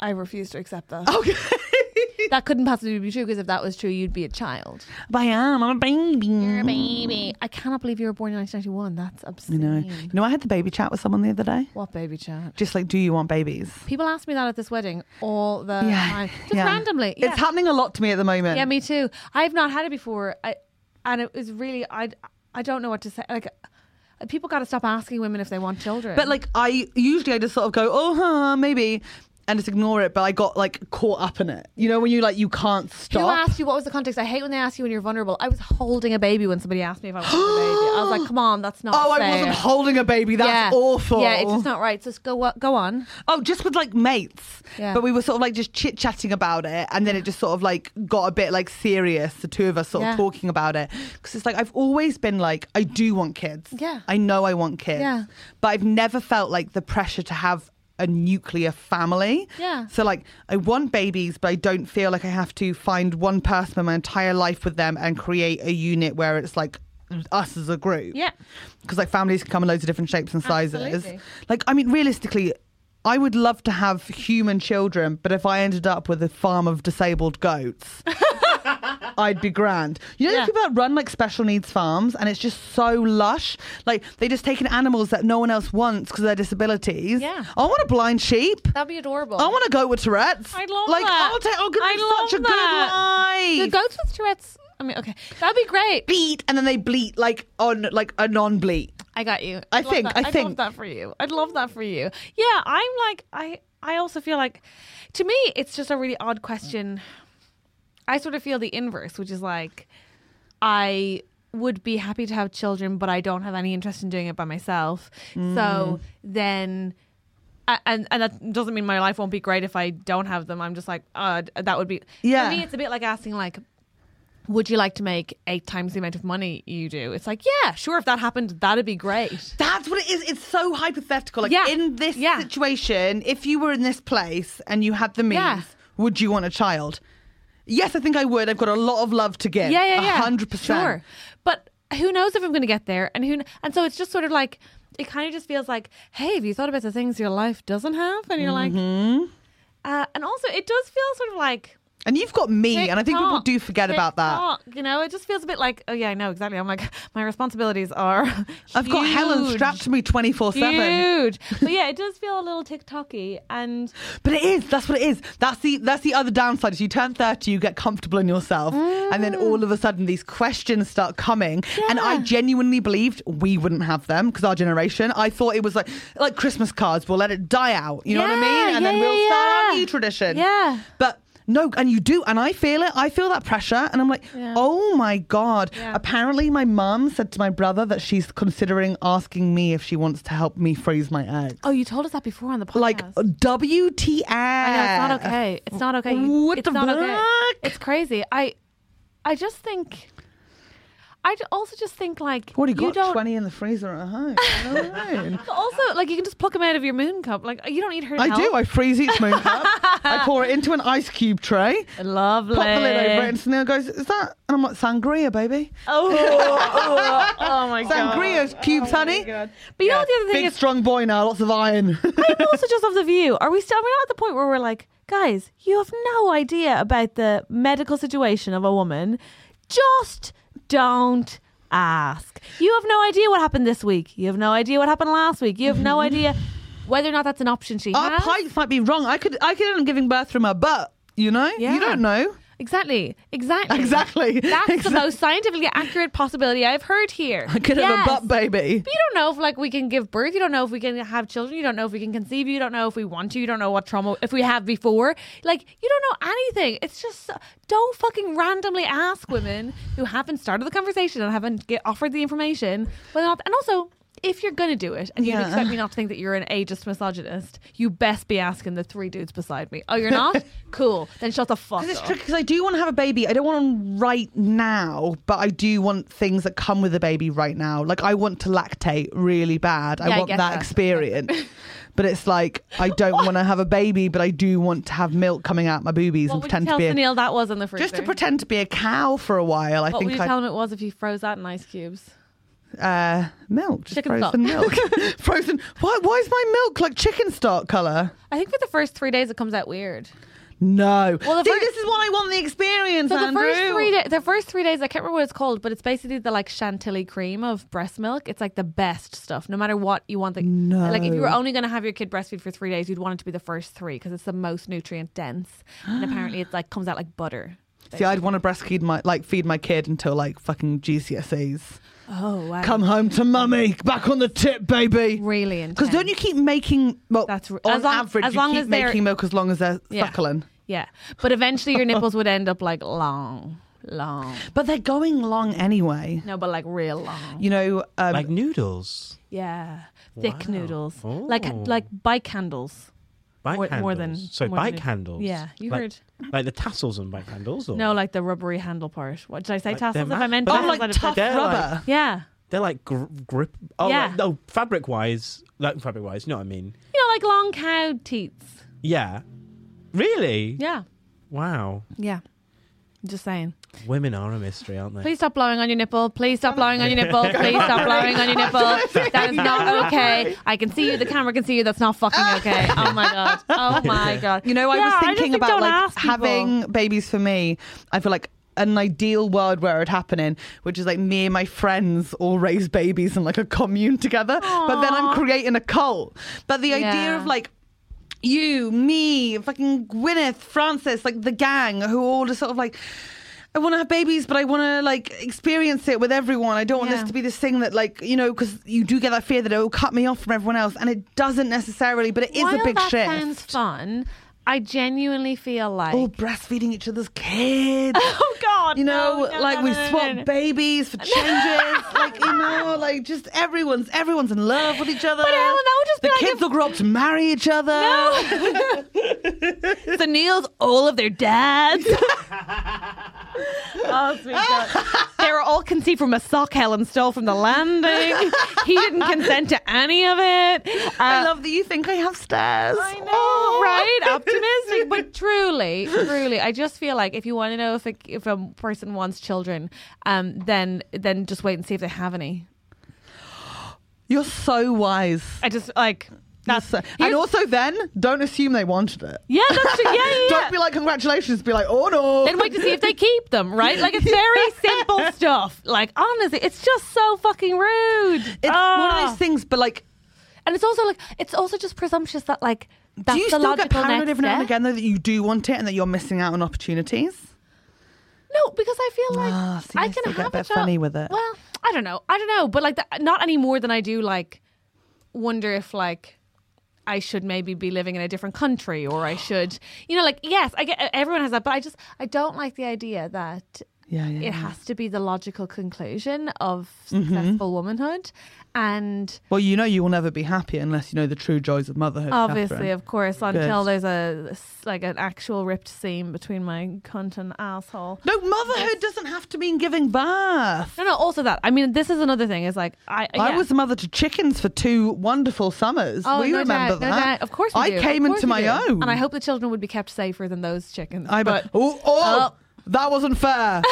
Speaker 1: I refuse to accept that.
Speaker 2: Okay.
Speaker 1: that couldn't possibly be true because if that was true, you'd be a child.
Speaker 2: but I am. I'm a baby.
Speaker 1: baby. I cannot believe you were born in 1991. That's
Speaker 2: You
Speaker 1: obscene.
Speaker 2: know, you know, I had the baby chat with someone the other day.
Speaker 1: What baby chat?
Speaker 2: Just like, do you want babies?
Speaker 1: People ask me that at this wedding all the time, Uh, just
Speaker 2: yeah.
Speaker 1: randomly.
Speaker 2: It's
Speaker 1: Yeah.
Speaker 2: happening a lot to me at the moment.
Speaker 1: yeah, me too. I've not had it before, I, and it was really I. I don't know what to say. Like, people got to stop asking women if they want children.
Speaker 2: But like I usually I just sort of go, oh, huh, maybe, and just ignore it. But I got like caught up in it. You know when you like you can't
Speaker 1: Who
Speaker 2: stop.
Speaker 1: asked you what was the context? I hate when they ask you when you're vulnerable. I was holding a baby when somebody asked me if I was holding a baby. I was like, come on, that's not.
Speaker 2: Oh, I
Speaker 1: fair.
Speaker 2: wasn't holding a baby. That's
Speaker 1: yeah.
Speaker 2: awful.
Speaker 1: Yeah, it's just not right. So just go go on.
Speaker 2: Oh, just with like mates.
Speaker 1: Yeah.
Speaker 2: But we were sort of like just chit chatting about it. And then it just sort of like got a bit like serious, the two of us sort
Speaker 1: Yeah.
Speaker 2: of talking about it. Because it's like, I've always been like, I do want kids.
Speaker 1: Yeah.
Speaker 2: I know I want kids.
Speaker 1: Yeah.
Speaker 2: But I've never felt like the pressure to have a nuclear family.
Speaker 1: Yeah.
Speaker 2: So like I want babies, but I don't feel like I have to find one person in my entire life with them and create a unit where it's like us as a group.
Speaker 1: Yeah.
Speaker 2: Because like families can come in loads of different shapes and sizes.
Speaker 1: Absolutely.
Speaker 2: Like, I mean, realistically, I would love to have human children, but if I ended up with a farm of disabled goats, I'd be grand. You know,
Speaker 1: Yeah.
Speaker 2: those people that run like special needs farms and it's just so lush. Like, they just take in animals that no one else wants because of their disabilities.
Speaker 1: Yeah.
Speaker 2: I want a blind sheep.
Speaker 1: That'd be adorable.
Speaker 2: I want to go with Tourette's.
Speaker 1: I'd love
Speaker 2: like,
Speaker 1: that.
Speaker 2: I'll take,
Speaker 1: I
Speaker 2: oh, gonna
Speaker 1: love
Speaker 2: be such a
Speaker 1: that.
Speaker 2: good
Speaker 1: the
Speaker 2: life.
Speaker 1: goats with Tourette's. I mean, okay, that'd be great.
Speaker 2: bleat and then they bleat like on like a non-bleat.
Speaker 1: I got you.
Speaker 2: I
Speaker 1: I'd love
Speaker 2: think-
Speaker 1: that.
Speaker 2: I
Speaker 1: I'd
Speaker 2: think.
Speaker 1: love that for you. I'd love that for you. Yeah, I'm like I. I also feel like, to me, it's just a really odd question. I sort of feel the inverse, which is like, I would be happy to have children, but I don't have any interest in doing it by myself. So then. a- And and that doesn't mean my life won't be great if I don't have them. I'm just like, uh, that would be.
Speaker 2: Yeah.
Speaker 1: For me, it's a bit like asking, like, would you like to make eight times the amount of money you do? It's like, yeah, sure. If that happened, that'd be great.
Speaker 2: That's what it is. It's so hypothetical. Like
Speaker 1: Yeah.
Speaker 2: in this
Speaker 1: Yeah.
Speaker 2: situation, if you were in this place and you had the means,
Speaker 1: Yeah.
Speaker 2: would you want a child? Yes, I think I would. I've got a lot of love to give.
Speaker 1: Yeah, yeah, yeah.
Speaker 2: hundred percent.
Speaker 1: Sure. But who knows if I'm going to get there? And who? kn- And so it's just sort of like it kind of just feels like, hey, have you thought about the things your life doesn't have? And you're like,
Speaker 2: Mm-hmm.
Speaker 1: uh, and also it does feel sort of like.
Speaker 2: And you've got me, and I think people
Speaker 1: TikTok,
Speaker 2: do forget about that.
Speaker 1: TikTok, You know, it just feels a bit like, oh yeah, I know exactly. I'm like, my responsibilities are.
Speaker 2: I've got Helen
Speaker 1: huge,
Speaker 2: strapped to me twenty four seven.
Speaker 1: Huge, but yeah, it does feel a little TikToky, and
Speaker 2: But it is. That's what it is. That's the that's the other downside. Is you turn thirty, you get comfortable in yourself, and
Speaker 1: Mm.
Speaker 2: then all of a sudden these questions start coming. And I genuinely believed we wouldn't have them because our generation. I thought it was like like Christmas cards. We'll let it die out. You know what I
Speaker 1: Yeah,
Speaker 2: mean? And then
Speaker 1: yeah,
Speaker 2: we'll
Speaker 1: yeah,
Speaker 2: start our
Speaker 1: yeah.
Speaker 2: new tradition.
Speaker 1: Yeah.
Speaker 2: But. No, and you do, and I feel it. I feel that pressure, and I'm like,
Speaker 1: Yeah.
Speaker 2: oh my god.
Speaker 1: Yeah.
Speaker 2: Apparently, my mum said to my brother that she's considering asking me if she wants to help me freeze my eggs.
Speaker 1: oh, you told us that before on the podcast.
Speaker 2: Like, WTF?
Speaker 1: I know it's not okay. It's not okay. You-
Speaker 2: What
Speaker 1: it's
Speaker 2: the
Speaker 1: not
Speaker 2: fuck?
Speaker 1: okay. It's crazy. I, I just think. I d- also just think like
Speaker 2: What do you got?
Speaker 1: don't.
Speaker 2: 20 in the freezer at home. Alright.
Speaker 1: Also, like you can just pluck them out of your moon cup. Like you don't need her.
Speaker 2: I
Speaker 1: help.
Speaker 2: do. I freeze each moon cup. I pour it into an ice cube tray,
Speaker 1: Lovely.
Speaker 2: pop the lid over it, and Sunil goes, Is that? And I'm like, Sangria, baby.
Speaker 1: Oh, oh, oh my god. Oh
Speaker 2: Sangria cubes, honey.
Speaker 1: But you know what the other thing
Speaker 2: Big,
Speaker 1: is?
Speaker 2: strong boy now, lots of iron.
Speaker 1: I'm also just of the view. Are we still? We're not at the point where we're like, guys, you have no idea about the medical situation of a woman. Just don't ask. You have no idea what happened this week. You have no idea what happened last week. You have no idea whether or not that's an option she
Speaker 2: Our
Speaker 1: has.
Speaker 2: pipes might be wrong. I could I could end up giving birth from her butt. You know,
Speaker 1: Yeah.
Speaker 2: you don't know.
Speaker 1: Exactly. Exactly.
Speaker 2: Exactly.
Speaker 1: That's
Speaker 2: Exactly.
Speaker 1: the most scientifically accurate possibility I've heard here.
Speaker 2: I could have a butt baby.
Speaker 1: But you don't know if like we can give birth. You don't know if we can have children. You don't know if we can conceive. You don't know if we want to. You don't know what trauma if we have before. Like you don't know anything. It's just so- don't fucking randomly ask women who haven't started the conversation and haven't get offered the information. But not and also. If you're gonna do it, and you
Speaker 2: Yeah.
Speaker 1: expect me not to think that you're an ageist misogynist, you best be asking the three dudes beside me. Oh, you're not? cool. Then shut the fuck
Speaker 2: Because it's
Speaker 1: up.
Speaker 2: tricky. Because I do want to have a baby. I don't want one right now, but I do want things that come with a baby right now. Like I want to lactate really bad.
Speaker 1: Yeah, I
Speaker 2: I want
Speaker 1: get
Speaker 2: that,
Speaker 1: that.
Speaker 2: experience. but it's like I don't want to have a baby, but I do want to have milk coming out my boobies
Speaker 1: What
Speaker 2: and
Speaker 1: would you
Speaker 2: pretend
Speaker 1: tell
Speaker 2: to be a,
Speaker 1: Sunil that was in the freezer?
Speaker 2: just to pretend to be a cow for a while. I
Speaker 1: What would
Speaker 2: think
Speaker 1: you
Speaker 2: I
Speaker 1: tell him it was if you froze that in ice cubes?
Speaker 2: uh, milk, just
Speaker 1: Chicken
Speaker 2: frozen
Speaker 1: stock.
Speaker 2: milk, frozen. Why? Why is my milk like chicken stock color?
Speaker 1: I think for the first three days it comes out weird.
Speaker 2: No.
Speaker 1: Well, the
Speaker 2: See,
Speaker 1: fir-
Speaker 2: this is what I want the experience.
Speaker 1: So the
Speaker 2: Andrew.
Speaker 1: first three da- the first three days I can't remember what it's called, but it's basically the like chantilly cream of breast milk. It's like the best stuff, no matter what you want. The,
Speaker 2: No.
Speaker 1: Like if you were only going to have your kid breastfeed for three days, you'd want it to be the first three because it's the most nutrient dense, and apparently it like comes out like butter.
Speaker 2: See, I'd want to breastfeed my like feed my kid until like fucking GCSEs.
Speaker 1: Oh wow!
Speaker 2: Come home to mummy, back on the tip, baby.
Speaker 1: really intense.
Speaker 2: Because don't you keep making well?
Speaker 1: That's r-
Speaker 2: on
Speaker 1: as long-
Speaker 2: average,
Speaker 1: as
Speaker 2: you
Speaker 1: long
Speaker 2: keep
Speaker 1: as they're-
Speaker 2: making milk as long as they're
Speaker 1: Yeah.
Speaker 2: suckling.
Speaker 1: Yeah, but eventually your nipples would end up like long, long.
Speaker 2: But they're going long anyway.
Speaker 1: No, but like real long.
Speaker 2: You know, um,
Speaker 4: like noodles.
Speaker 1: Yeah, thick
Speaker 4: Wow.
Speaker 1: noodles, like
Speaker 2: Oh.
Speaker 4: Ooh.
Speaker 1: like bike handles.
Speaker 4: Bike
Speaker 1: More-
Speaker 4: handles.
Speaker 1: more than-
Speaker 4: so
Speaker 1: more
Speaker 4: bike
Speaker 1: than-
Speaker 4: handles.
Speaker 1: Yeah, you
Speaker 4: like,
Speaker 1: heard.
Speaker 4: like the tassels on bike handles. Or?
Speaker 1: No, like the rubbery handle part. What did I say?
Speaker 4: Like
Speaker 1: tassels?
Speaker 4: them-
Speaker 1: If I meant
Speaker 4: Oh,
Speaker 1: tassels,
Speaker 4: like
Speaker 1: I'd have
Speaker 2: tough
Speaker 1: said-
Speaker 4: They're like-
Speaker 2: rubber.
Speaker 1: Yeah,
Speaker 4: they're like gr- grip. Oh,
Speaker 1: Yeah.
Speaker 4: like- no, fabric wise, like fabric wise. You know what I mean?
Speaker 1: you know, like long cow teats.
Speaker 4: Yeah. Really?
Speaker 1: Yeah,
Speaker 4: Wow.
Speaker 1: yeah. I'm just saying.
Speaker 4: Women are a mystery, aren't they?
Speaker 1: Please stop blowing on your nipple. Please stop blowing on your nipple. Please stop blowing on your nipple. That is not okay. I can see you. The camera can see you. That's not fucking okay. Oh my god. Oh my god.
Speaker 2: You know, I
Speaker 1: Yeah,
Speaker 2: was
Speaker 1: just
Speaker 2: thinking
Speaker 1: think
Speaker 2: about
Speaker 1: don't
Speaker 2: like
Speaker 1: ask people.
Speaker 2: having babies for me. I feel like an ideal world where it happening, which is like me and my friends all raise babies in like a commune together. But then I'm creating a cult. But the idea
Speaker 1: Yeah.
Speaker 2: of like you, me, fucking Gwyneth, Francis, like the gang who all just sort of like. I want to have babies, but I want to like experience it with everyone. I don't want
Speaker 1: Yeah.
Speaker 2: this to be this thing that, like, you know, because you do get that fear that it will cut me off from everyone else, and it doesn't necessarily. But it is
Speaker 1: While
Speaker 2: a big
Speaker 1: that
Speaker 2: shift.
Speaker 1: sounds fun. I genuinely feel like.
Speaker 2: all Oh, breastfeeding each other's kids.
Speaker 1: Oh God!
Speaker 2: You know,
Speaker 1: no, no,
Speaker 2: like
Speaker 1: no,
Speaker 2: we
Speaker 1: no, no,
Speaker 2: swap
Speaker 1: no.
Speaker 2: babies for changes. like you know, like just everyone's everyone's in love with each other.
Speaker 1: But Ellen, that would just
Speaker 2: the
Speaker 1: be like
Speaker 2: kids
Speaker 1: if-
Speaker 2: will grow up to marry each other.
Speaker 1: so Neil's all of their dads. oh, sweet God. They were all conceived from a sock Helen stole from the landing. He didn't consent to any of it.
Speaker 2: I
Speaker 1: Uh,
Speaker 2: love that you think I have stairs.
Speaker 1: I know, Oh, right? Optimistic, but truly, truly, I just feel like if you want to know if a, if a person wants children, um, then then just wait and see if they have any.
Speaker 2: You're so wise.
Speaker 1: I just like that's
Speaker 2: So-
Speaker 1: here's-
Speaker 2: and also, then don't assume they wanted it.
Speaker 1: yeah, that's true. yeah, yeah. yeah.
Speaker 2: Don't be like congratulations. Be like, oh no.
Speaker 1: then wait to see if they keep them, right? Like it's very simple stuff. Like honestly, it's just so fucking rude.
Speaker 2: it's one
Speaker 1: Ah.
Speaker 2: of those things, but like,
Speaker 1: and it's also like it's also just presumptuous that like that's
Speaker 2: do you
Speaker 1: the
Speaker 2: still get
Speaker 1: logical
Speaker 2: paranoid
Speaker 1: next
Speaker 2: every now and
Speaker 1: step.
Speaker 2: again though that you do want it and that you're missing out on opportunities?
Speaker 1: No, because I feel like
Speaker 2: Ah, see,
Speaker 1: I
Speaker 2: I
Speaker 1: can
Speaker 2: still
Speaker 1: have
Speaker 2: get a bit
Speaker 1: child-
Speaker 2: funny with it.
Speaker 1: Well, I don't know. I don't know, but like that, not any more than I do like wonder if like I should maybe be living in a different country or I should, you know, like yes, I get everyone has that, but I just I don't like the idea that
Speaker 2: Yeah, yeah. Mm-hmm.
Speaker 1: it
Speaker 2: yeah.
Speaker 1: has to be the logical conclusion of successful womanhood and
Speaker 2: Well, you know you will never be happy unless you know the true joys of motherhood.
Speaker 1: obviously
Speaker 2: Catherine.
Speaker 1: of course until
Speaker 2: Good.
Speaker 1: there's a like an actual ripped seam between my cunt and asshole
Speaker 2: No, motherhood doesn't have to mean giving birth.
Speaker 1: no no also that i mean this is another thing is like i
Speaker 2: I
Speaker 1: yeah.
Speaker 2: was a mother to chickens for two wonderful summers.
Speaker 1: Oh,
Speaker 2: we
Speaker 1: no
Speaker 2: remember
Speaker 1: doubt,
Speaker 2: that.
Speaker 1: No doubt. Of course, we
Speaker 2: I
Speaker 1: do.
Speaker 2: came
Speaker 1: Of course
Speaker 2: into
Speaker 1: we
Speaker 2: my
Speaker 1: do.
Speaker 2: own.
Speaker 1: and I hope the children would be kept safer than those chickens.
Speaker 2: I
Speaker 1: but
Speaker 2: but oh, oh,
Speaker 1: Oh.
Speaker 2: that wasn't fair.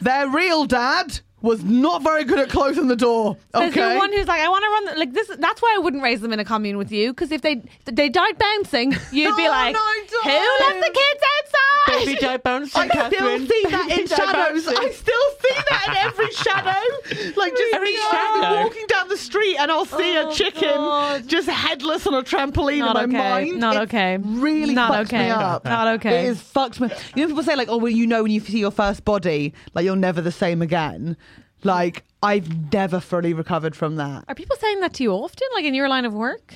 Speaker 2: Their real dad was not very good at closing the door.
Speaker 1: there's
Speaker 2: Okay.
Speaker 1: the one who's like, I want to run the, like this. That's why I wouldn't raise them in a commune with you because if they they died bouncing, you'd be
Speaker 2: Oh, No,
Speaker 1: like,
Speaker 2: no, don't.
Speaker 1: who left the kids outside?
Speaker 5: baby Joe Bouncing,
Speaker 2: I still
Speaker 5: Catherine.
Speaker 2: see that in
Speaker 5: Joe
Speaker 2: shadows. I
Speaker 5: Bouncing.
Speaker 2: still see that in every shadow. Like just
Speaker 5: Every
Speaker 2: I'll be
Speaker 5: shadow.
Speaker 2: walking down the street and I'll see
Speaker 1: Oh,
Speaker 2: a chicken
Speaker 1: God.
Speaker 2: just headless on a trampoline
Speaker 1: Not
Speaker 2: in my
Speaker 1: okay.
Speaker 2: mind.
Speaker 1: Not
Speaker 2: It
Speaker 1: okay.
Speaker 2: Really
Speaker 1: Not
Speaker 2: fucks
Speaker 1: okay.
Speaker 2: me up.
Speaker 1: Not okay.
Speaker 2: It is fucked me. You know people say like, oh well, you know when you see your first body, like you're never the same again. Like I've never fully recovered from that.
Speaker 1: Are people saying that to you often, like in your line of work?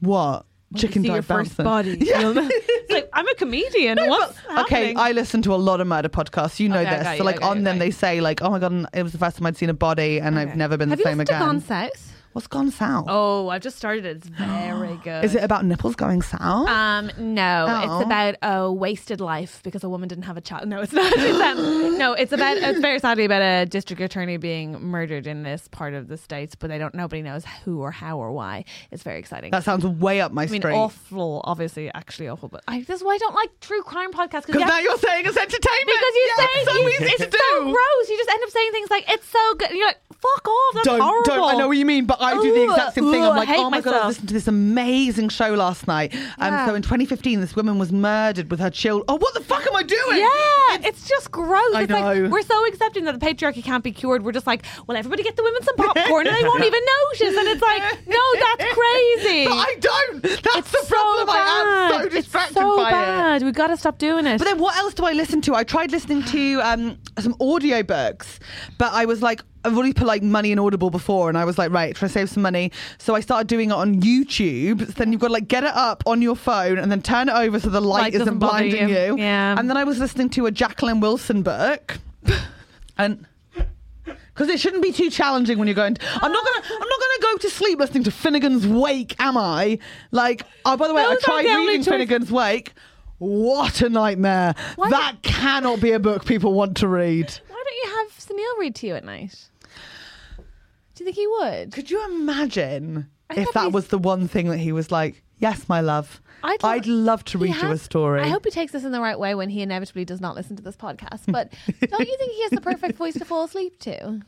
Speaker 2: What?
Speaker 1: When you
Speaker 2: Chicken
Speaker 1: see your
Speaker 2: died
Speaker 1: first
Speaker 2: bouncing.
Speaker 1: body. you'll know. It's like I'm a comedian. What's
Speaker 2: Okay,
Speaker 1: happening?
Speaker 2: I listen to a lot of murder podcasts. You know
Speaker 1: Okay,
Speaker 2: this.
Speaker 1: okay,
Speaker 2: so like
Speaker 1: okay,
Speaker 2: on them,
Speaker 1: okay.
Speaker 2: they say like, "Oh my god, it was the first time I'd seen a body, and I've
Speaker 1: Okay.
Speaker 2: never been
Speaker 1: Have
Speaker 2: the
Speaker 1: you
Speaker 2: same
Speaker 1: listened to
Speaker 2: again."
Speaker 1: Gone South?
Speaker 2: What's gone south?
Speaker 1: Oh, I've just started it. It's very good.
Speaker 2: Is it about nipples going south?
Speaker 1: Um, no,
Speaker 2: Oh.
Speaker 1: it's about a wasted life because a woman didn't have a child. No, it's not. It's, um, no, it's about it's very sadly about a district attorney being murdered in this part of the states, but they don't. Nobody knows who or how or why. It's very exciting.
Speaker 2: that sounds way up my
Speaker 1: I mean,
Speaker 2: street.
Speaker 1: awful, obviously, actually awful. But I, this is why I don't like true crime podcasts
Speaker 2: Because
Speaker 1: you
Speaker 2: now
Speaker 1: have-
Speaker 2: you're saying it's entertainment.
Speaker 1: because you
Speaker 2: yeah,
Speaker 1: say
Speaker 2: it's so easy
Speaker 1: it's
Speaker 2: to
Speaker 1: so
Speaker 2: do.
Speaker 1: gross. You just end up saying things like "it's so good." You're like, "Fuck off!" That's
Speaker 2: don't,
Speaker 1: horrible.
Speaker 2: don't. I know what you mean, but I do the
Speaker 1: Ooh,
Speaker 2: exact same thing.
Speaker 1: ooh,
Speaker 2: I'm
Speaker 1: I
Speaker 2: like,
Speaker 1: hate
Speaker 2: oh my god, I
Speaker 1: myself."
Speaker 2: listened to this amazing show last night.
Speaker 1: Yeah.
Speaker 2: Um, so in 2015, this woman was murdered with her children. Oh, what the fuck am I doing?
Speaker 1: Yeah, it's, just gross.
Speaker 2: I
Speaker 1: it's
Speaker 2: know.
Speaker 1: like we're so accepting that the patriarchy can't be cured. We're just like, well, everybody get the women some popcorn and they won't even notice. And it's like, no, that's crazy.
Speaker 2: But I don't. That's
Speaker 1: it's
Speaker 2: the problem.
Speaker 1: So
Speaker 2: I
Speaker 1: bad.
Speaker 2: am so distracted
Speaker 1: it's so
Speaker 2: by it.
Speaker 1: bad. We got to stop doing it.
Speaker 2: But then what else do I listen to? I tried listening to um, some audiobooks, but I was like, I've already put like money in Audible before, and I was like, right, try to save some money. So I started doing it on YouTube. So then you've got to like get it up on your phone and then turn it over so the light
Speaker 1: Light doesn't
Speaker 2: isn't
Speaker 1: bother
Speaker 2: blinding you.
Speaker 1: you. Yeah.
Speaker 2: And then I was listening to a Jacqueline Wilson book, and. Because it shouldn't be too challenging when you're going. I'm not gonna. I'm not gonna go to sleep listening to Finnegan's Wake, am I? Like, oh, by the way,
Speaker 1: Those
Speaker 2: I
Speaker 1: aren't
Speaker 2: tried
Speaker 1: the only
Speaker 2: reading
Speaker 1: choice-
Speaker 2: Finnegan's Wake. What a nightmare!
Speaker 1: Why-
Speaker 2: that cannot be a book people want to read.
Speaker 1: Why don't you have Samil read to you at night? Do you think he would?
Speaker 2: Could you imagine
Speaker 1: I
Speaker 2: if
Speaker 1: thought
Speaker 2: that
Speaker 1: he's-
Speaker 2: was the one thing that he was like, "Yes, my love, I'd, love to
Speaker 1: He
Speaker 2: read you a
Speaker 1: has-
Speaker 2: story."
Speaker 1: I hope he takes this in the right way when he inevitably does not listen to this podcast. But don't you think he has the perfect voice to fall asleep to?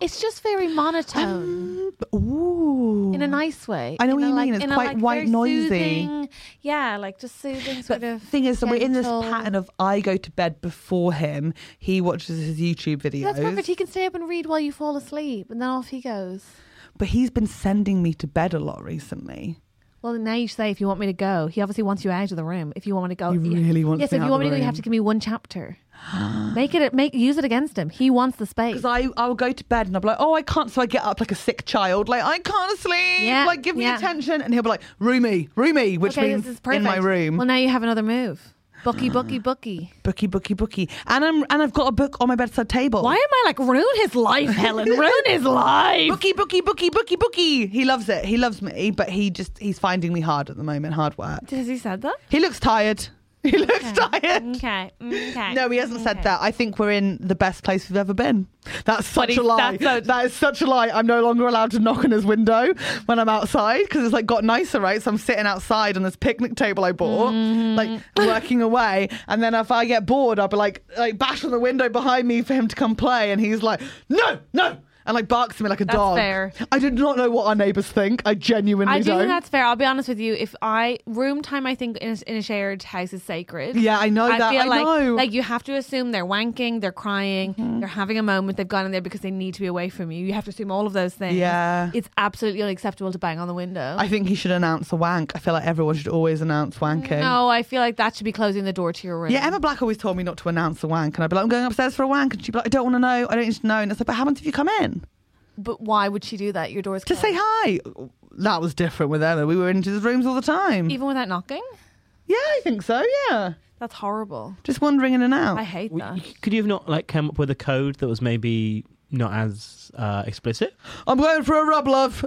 Speaker 1: It's just very
Speaker 2: Um,
Speaker 1: monotone
Speaker 2: Mm, Ooh.
Speaker 1: in a nice way.
Speaker 2: I know what
Speaker 1: In a,
Speaker 2: you
Speaker 1: like-
Speaker 2: mean. It's
Speaker 1: in a,
Speaker 2: quite
Speaker 1: like,
Speaker 2: white
Speaker 1: very
Speaker 2: noisy.
Speaker 1: soothing- yeah, like just soothing sort
Speaker 2: But the
Speaker 1: of.
Speaker 2: thing is, that we're in this
Speaker 1: gentle-
Speaker 2: pattern of I go to bed before him. He watches his YouTube videos.
Speaker 1: That's perfect. He can stay up and read while you fall asleep, and then off he goes.
Speaker 2: But he's been sending me to bed a lot recently.
Speaker 1: Well, now you say if you want me to go. He obviously wants you out of the room. If you want me to go,
Speaker 2: He really wants
Speaker 1: Yes,
Speaker 2: me
Speaker 1: if
Speaker 2: out
Speaker 1: you want
Speaker 2: of
Speaker 1: me to
Speaker 2: the
Speaker 1: go, you have
Speaker 2: room.
Speaker 1: to give me one chapter. make it. Make use it against him. He wants the space.
Speaker 2: Because I, I'll go to bed and I'll be like, oh, I can't. So I get up like a sick child, like, I can't sleep.
Speaker 1: Yeah,
Speaker 2: Like, give me
Speaker 1: yeah.
Speaker 2: attention. And he'll be like, roomie, roomie, which
Speaker 1: okay,
Speaker 2: means
Speaker 1: this is
Speaker 2: in
Speaker 1: perfect.
Speaker 2: my room.
Speaker 1: Well, now you have another move. Bucky, bucky, bucky.
Speaker 2: bookie, bookie, bookie. And, I'm, and I've got a book on my bedside table.
Speaker 1: Why am I like ruin his life, Helen? ruin his life.
Speaker 2: Bookie, bookie, bookie, bookie, bookie. He loves it. He loves me, but he just, he's finding me hard at the moment, hard work.
Speaker 1: Has he said that?
Speaker 2: He looks tired. He looks tired.
Speaker 1: Okay. Okay.
Speaker 2: No, he hasn't said
Speaker 1: Okay.
Speaker 2: that. I think we're in the best place we've ever been. That's such
Speaker 1: he's-
Speaker 2: a lie.
Speaker 1: that's a-
Speaker 2: that is such a lie. I'm no longer allowed to knock on his window when I'm outside because it's like got nicer, right? So I'm sitting outside on this picnic table I bought,
Speaker 1: Mm-hmm.
Speaker 2: like working away. And then if I get bored, I'll be like, like bash on the window behind me for him to come play, and he's like, no, no. And like barks at me like a
Speaker 1: That's
Speaker 2: dog.
Speaker 1: fair.
Speaker 2: I do not know what our neighbours think. I genuinely
Speaker 1: I do
Speaker 2: not
Speaker 1: think that's fair. I'll be honest with you. If I room time, I think in a, in a shared house is sacred.
Speaker 2: Yeah, I know
Speaker 1: I
Speaker 2: that.
Speaker 1: Feel
Speaker 2: I
Speaker 1: like,
Speaker 2: know. Mm-hmm.
Speaker 1: Like you have to assume they're wanking, they're crying, they're having a moment. They've gone in there because they need to be away from you. You have to assume all of those things.
Speaker 2: Yeah.
Speaker 1: it's absolutely unacceptable to bang on the window.
Speaker 2: I think he should announce a wank. I feel like everyone should always announce wanking.
Speaker 1: no, I feel like that should be closing the door to your room.
Speaker 2: Yeah, Emma Black always told me not to announce a wank, and I'd be like, I'm going upstairs for a wank, and she'd be like, I don't want to know, I don't need to know. And it's like, but how much have you come in
Speaker 1: But why would she do that? Your door's
Speaker 2: to
Speaker 1: closed.
Speaker 2: say hi? That was different with Emma. We were in each other's rooms all the time.
Speaker 1: even without knocking.
Speaker 2: yeah, I think so. Yeah,
Speaker 1: That's horrible.
Speaker 2: just wandering in and out.
Speaker 1: I hate
Speaker 5: W-
Speaker 1: that.
Speaker 5: Could you have not like come up with a code that was maybe not as uh, explicit?
Speaker 2: I'm going for a rub, love.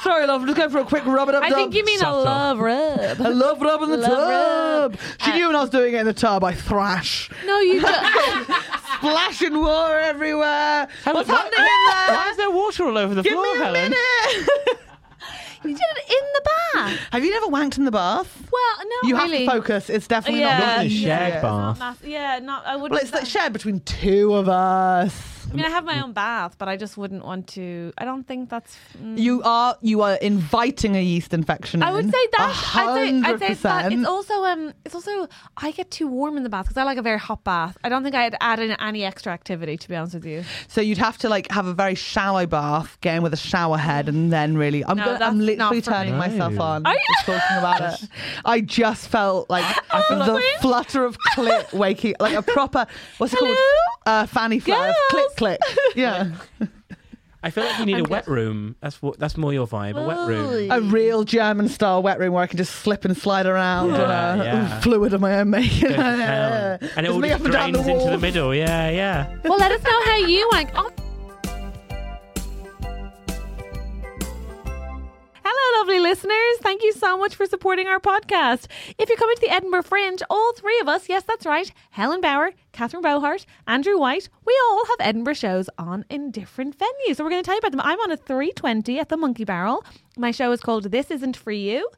Speaker 2: Sorry, love. I'm just going for a quick rub it up.
Speaker 1: I think
Speaker 2: dub.
Speaker 1: you mean
Speaker 5: Subtle.
Speaker 1: a love rub.
Speaker 2: I love rub in the
Speaker 1: Love
Speaker 2: tub.
Speaker 1: rub.
Speaker 2: She
Speaker 1: Uh,
Speaker 2: knew when I was doing it in the tub. I thrash,
Speaker 1: No, you don't.
Speaker 2: splashing water everywhere. What's
Speaker 5: why-
Speaker 2: happening in there?
Speaker 5: Why is there water all over the
Speaker 2: Uh, Give
Speaker 5: floor,
Speaker 2: me a
Speaker 5: Helen?
Speaker 2: minute.
Speaker 1: you did it in the bath.
Speaker 2: Have you never wanked in the bath?
Speaker 1: Well, no,
Speaker 2: You
Speaker 1: really.
Speaker 2: have to focus. It's definitely
Speaker 1: Yeah.
Speaker 2: not
Speaker 5: Not in a
Speaker 1: Yeah.
Speaker 5: shared
Speaker 2: Yeah.
Speaker 5: bath.
Speaker 1: Mass- yeah, not. I wouldn't.
Speaker 2: Well, it's
Speaker 1: that-
Speaker 2: like shared between two of us.
Speaker 1: I mean, I have my own bath, but I just wouldn't want to. I don't think that's. mm.
Speaker 2: You are you are inviting a yeast infection.
Speaker 1: I would
Speaker 2: in.
Speaker 1: say
Speaker 2: A
Speaker 1: that. I'd say, I'd
Speaker 2: hundred
Speaker 1: say it's that. It's
Speaker 2: percent.
Speaker 1: also um. It's also I get too warm in the bath because I like a very hot bath. I don't think I'd add in any extra activity to be honest with you.
Speaker 2: So you'd have to like have a very shallow bath, get in with a shower head, and then really, I'm
Speaker 1: No,
Speaker 2: gonna,
Speaker 1: that's
Speaker 2: I'm
Speaker 1: not
Speaker 2: literally
Speaker 1: for me.
Speaker 2: turning myself
Speaker 5: No.
Speaker 2: on
Speaker 1: Are you-
Speaker 2: just talking about it. I just felt like
Speaker 1: feel
Speaker 2: the
Speaker 1: like-
Speaker 2: flutter of clit waking, like a proper what's it called?
Speaker 1: Hello?
Speaker 2: Uh, fanny flutter,
Speaker 1: Girls.
Speaker 2: click click. Yeah,
Speaker 5: I feel like you need
Speaker 1: I'm Oh.
Speaker 5: a
Speaker 1: good.
Speaker 5: wet room. That's what. That's more your vibe. A wet room.
Speaker 2: a real German style wet room where I can just slip and slide around,
Speaker 5: Yeah,
Speaker 2: and, uh,
Speaker 5: yeah.
Speaker 2: fluid of my own making.
Speaker 5: Hell. And it
Speaker 2: Just
Speaker 5: all
Speaker 2: me
Speaker 5: just
Speaker 2: up and down
Speaker 5: drains into the
Speaker 2: wall.
Speaker 5: middle. Yeah, yeah.
Speaker 1: well, let us know how you like. Oh. Hello, lovely listeners. Thank you so much for supporting our podcast. If you're coming to the Edinburgh Fringe, all three of us, yes, that's right, Helen Bauer, Catherine Bohart, Andrew White, we all have Edinburgh shows on in different venues. So we're going to tell you about them. I'm on a 320 at the Monkey Barrel. My show is called This Isn't For You.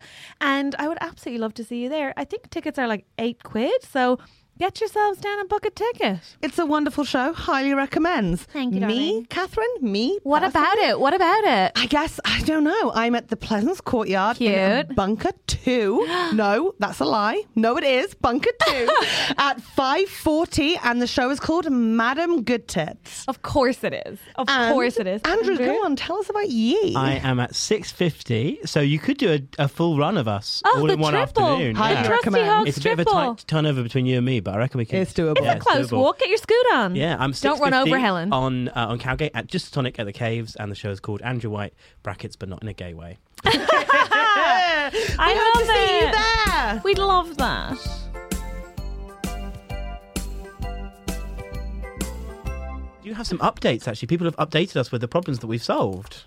Speaker 1: And I would absolutely love to see you there. I think tickets are like eight quid. So get yourselves down and book a ticket.
Speaker 2: It's a wonderful show. Highly recommends.
Speaker 1: Thank you,
Speaker 2: Me,
Speaker 1: darling.
Speaker 2: Catherine. Me.
Speaker 1: What
Speaker 2: personally.
Speaker 1: about it? What about it?
Speaker 2: I guess I don't know. I'm at the Pleasance Courtyard in
Speaker 1: Cute.
Speaker 2: Bunker Two. No, that's a lie. No, it is Bunker Two at five forty, and the show is called Madam Good Tits.
Speaker 1: Of course it is. Of
Speaker 2: And
Speaker 1: course it is. Mm-hmm.
Speaker 2: Andrew, come on, tell us about ye.
Speaker 5: I am at six fifty, so you could do a, a full run of us
Speaker 1: Oh,
Speaker 5: all
Speaker 1: the
Speaker 5: in one
Speaker 1: triple.
Speaker 5: afternoon.
Speaker 2: Highly
Speaker 5: yeah.
Speaker 1: Trusty
Speaker 2: recommend.
Speaker 1: Hogs
Speaker 5: It's a bit of a
Speaker 1: triple.
Speaker 5: tight turnover between you and me, but I reckon we can.
Speaker 2: It's doable.
Speaker 5: Yeah,
Speaker 2: It's a
Speaker 1: Close
Speaker 5: doable.
Speaker 1: walk. Get your scoot on.
Speaker 5: Yeah, I'm.
Speaker 1: Don't run over
Speaker 5: 6:50
Speaker 1: Helen.
Speaker 5: on uh, on Cowgate at Just a Tonic at the Caves, and the show is called Andrew White brackets, but not in a gay way.
Speaker 2: Yeah.
Speaker 1: I
Speaker 2: we hope to
Speaker 1: love
Speaker 2: see you
Speaker 1: it.
Speaker 2: there.
Speaker 1: We'd love that.
Speaker 5: Do you have some updates? Actually, people have updated us with the problems that we've solved.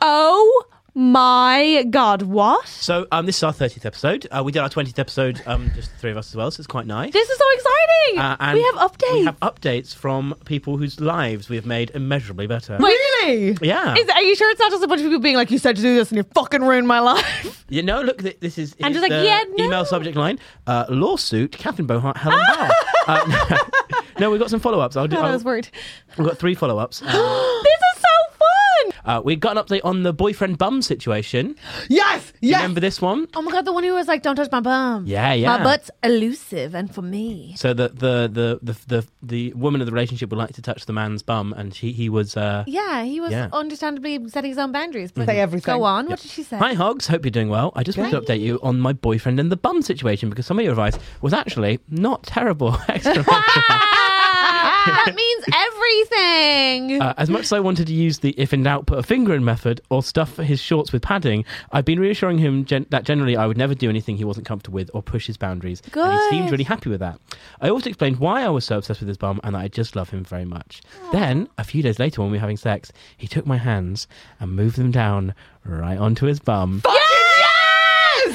Speaker 1: Oh my god, what?
Speaker 5: So um, this is our thirtieth episode. Uh, we did our twentieth episode, um, just the three of us as well. So it's quite nice.
Speaker 1: This is so exciting.
Speaker 5: Uh, and
Speaker 1: we have updates.
Speaker 5: We have updates from people whose lives we have made immeasurably better.
Speaker 1: Wait,
Speaker 2: Really?
Speaker 5: yeah.
Speaker 1: is- are you sure it's not just a bunch of people being like, you said to do this and you fucking ruined my life?
Speaker 5: You know, look, th- this is
Speaker 1: And
Speaker 5: here's
Speaker 1: just like,
Speaker 5: the
Speaker 1: yeah, no.
Speaker 5: email subject line: uh, lawsuit. Catherine Bohart, Helen Barr. Uh, no, no, we've got some follow-ups. I'll do.
Speaker 1: God, I
Speaker 5: I'll,
Speaker 1: was worried.
Speaker 5: we've got three follow-ups. Uh,
Speaker 1: This is so fun.
Speaker 5: uh, we got an update on the boyfriend bum situation.
Speaker 2: Yes. Yes.
Speaker 5: Remember this one?
Speaker 1: Oh my god, the one who was like, don't touch my bum.
Speaker 5: Yeah, yeah.
Speaker 1: My butt's elusive and for me.
Speaker 5: So the the the the the, the woman of the relationship would like to touch the man's bum, and he he was. Uh,
Speaker 1: Yeah, he was
Speaker 5: Yeah.
Speaker 1: understandably setting his own boundaries. But
Speaker 2: Say everything.
Speaker 1: Go on. What did she say?
Speaker 5: Hi Hogs, hope you're doing well. I just wanted to update you on my boyfriend and the bum situation because some of your advice was actually not terrible. Excellent.
Speaker 1: Ah, that means everything.
Speaker 5: Uh, as much as I wanted to use the if in doubt put a finger in method or stuff his shorts with padding, I've been reassuring him gen- that generally I would never do anything he wasn't comfortable with or push his boundaries. And he
Speaker 1: Good.
Speaker 5: seemed really happy with that. I also explained why I was so obsessed with his bum and that I just love him very much. Then, a few days later when we were having sex, he took my hands and moved them down right onto his bum.
Speaker 2: yes.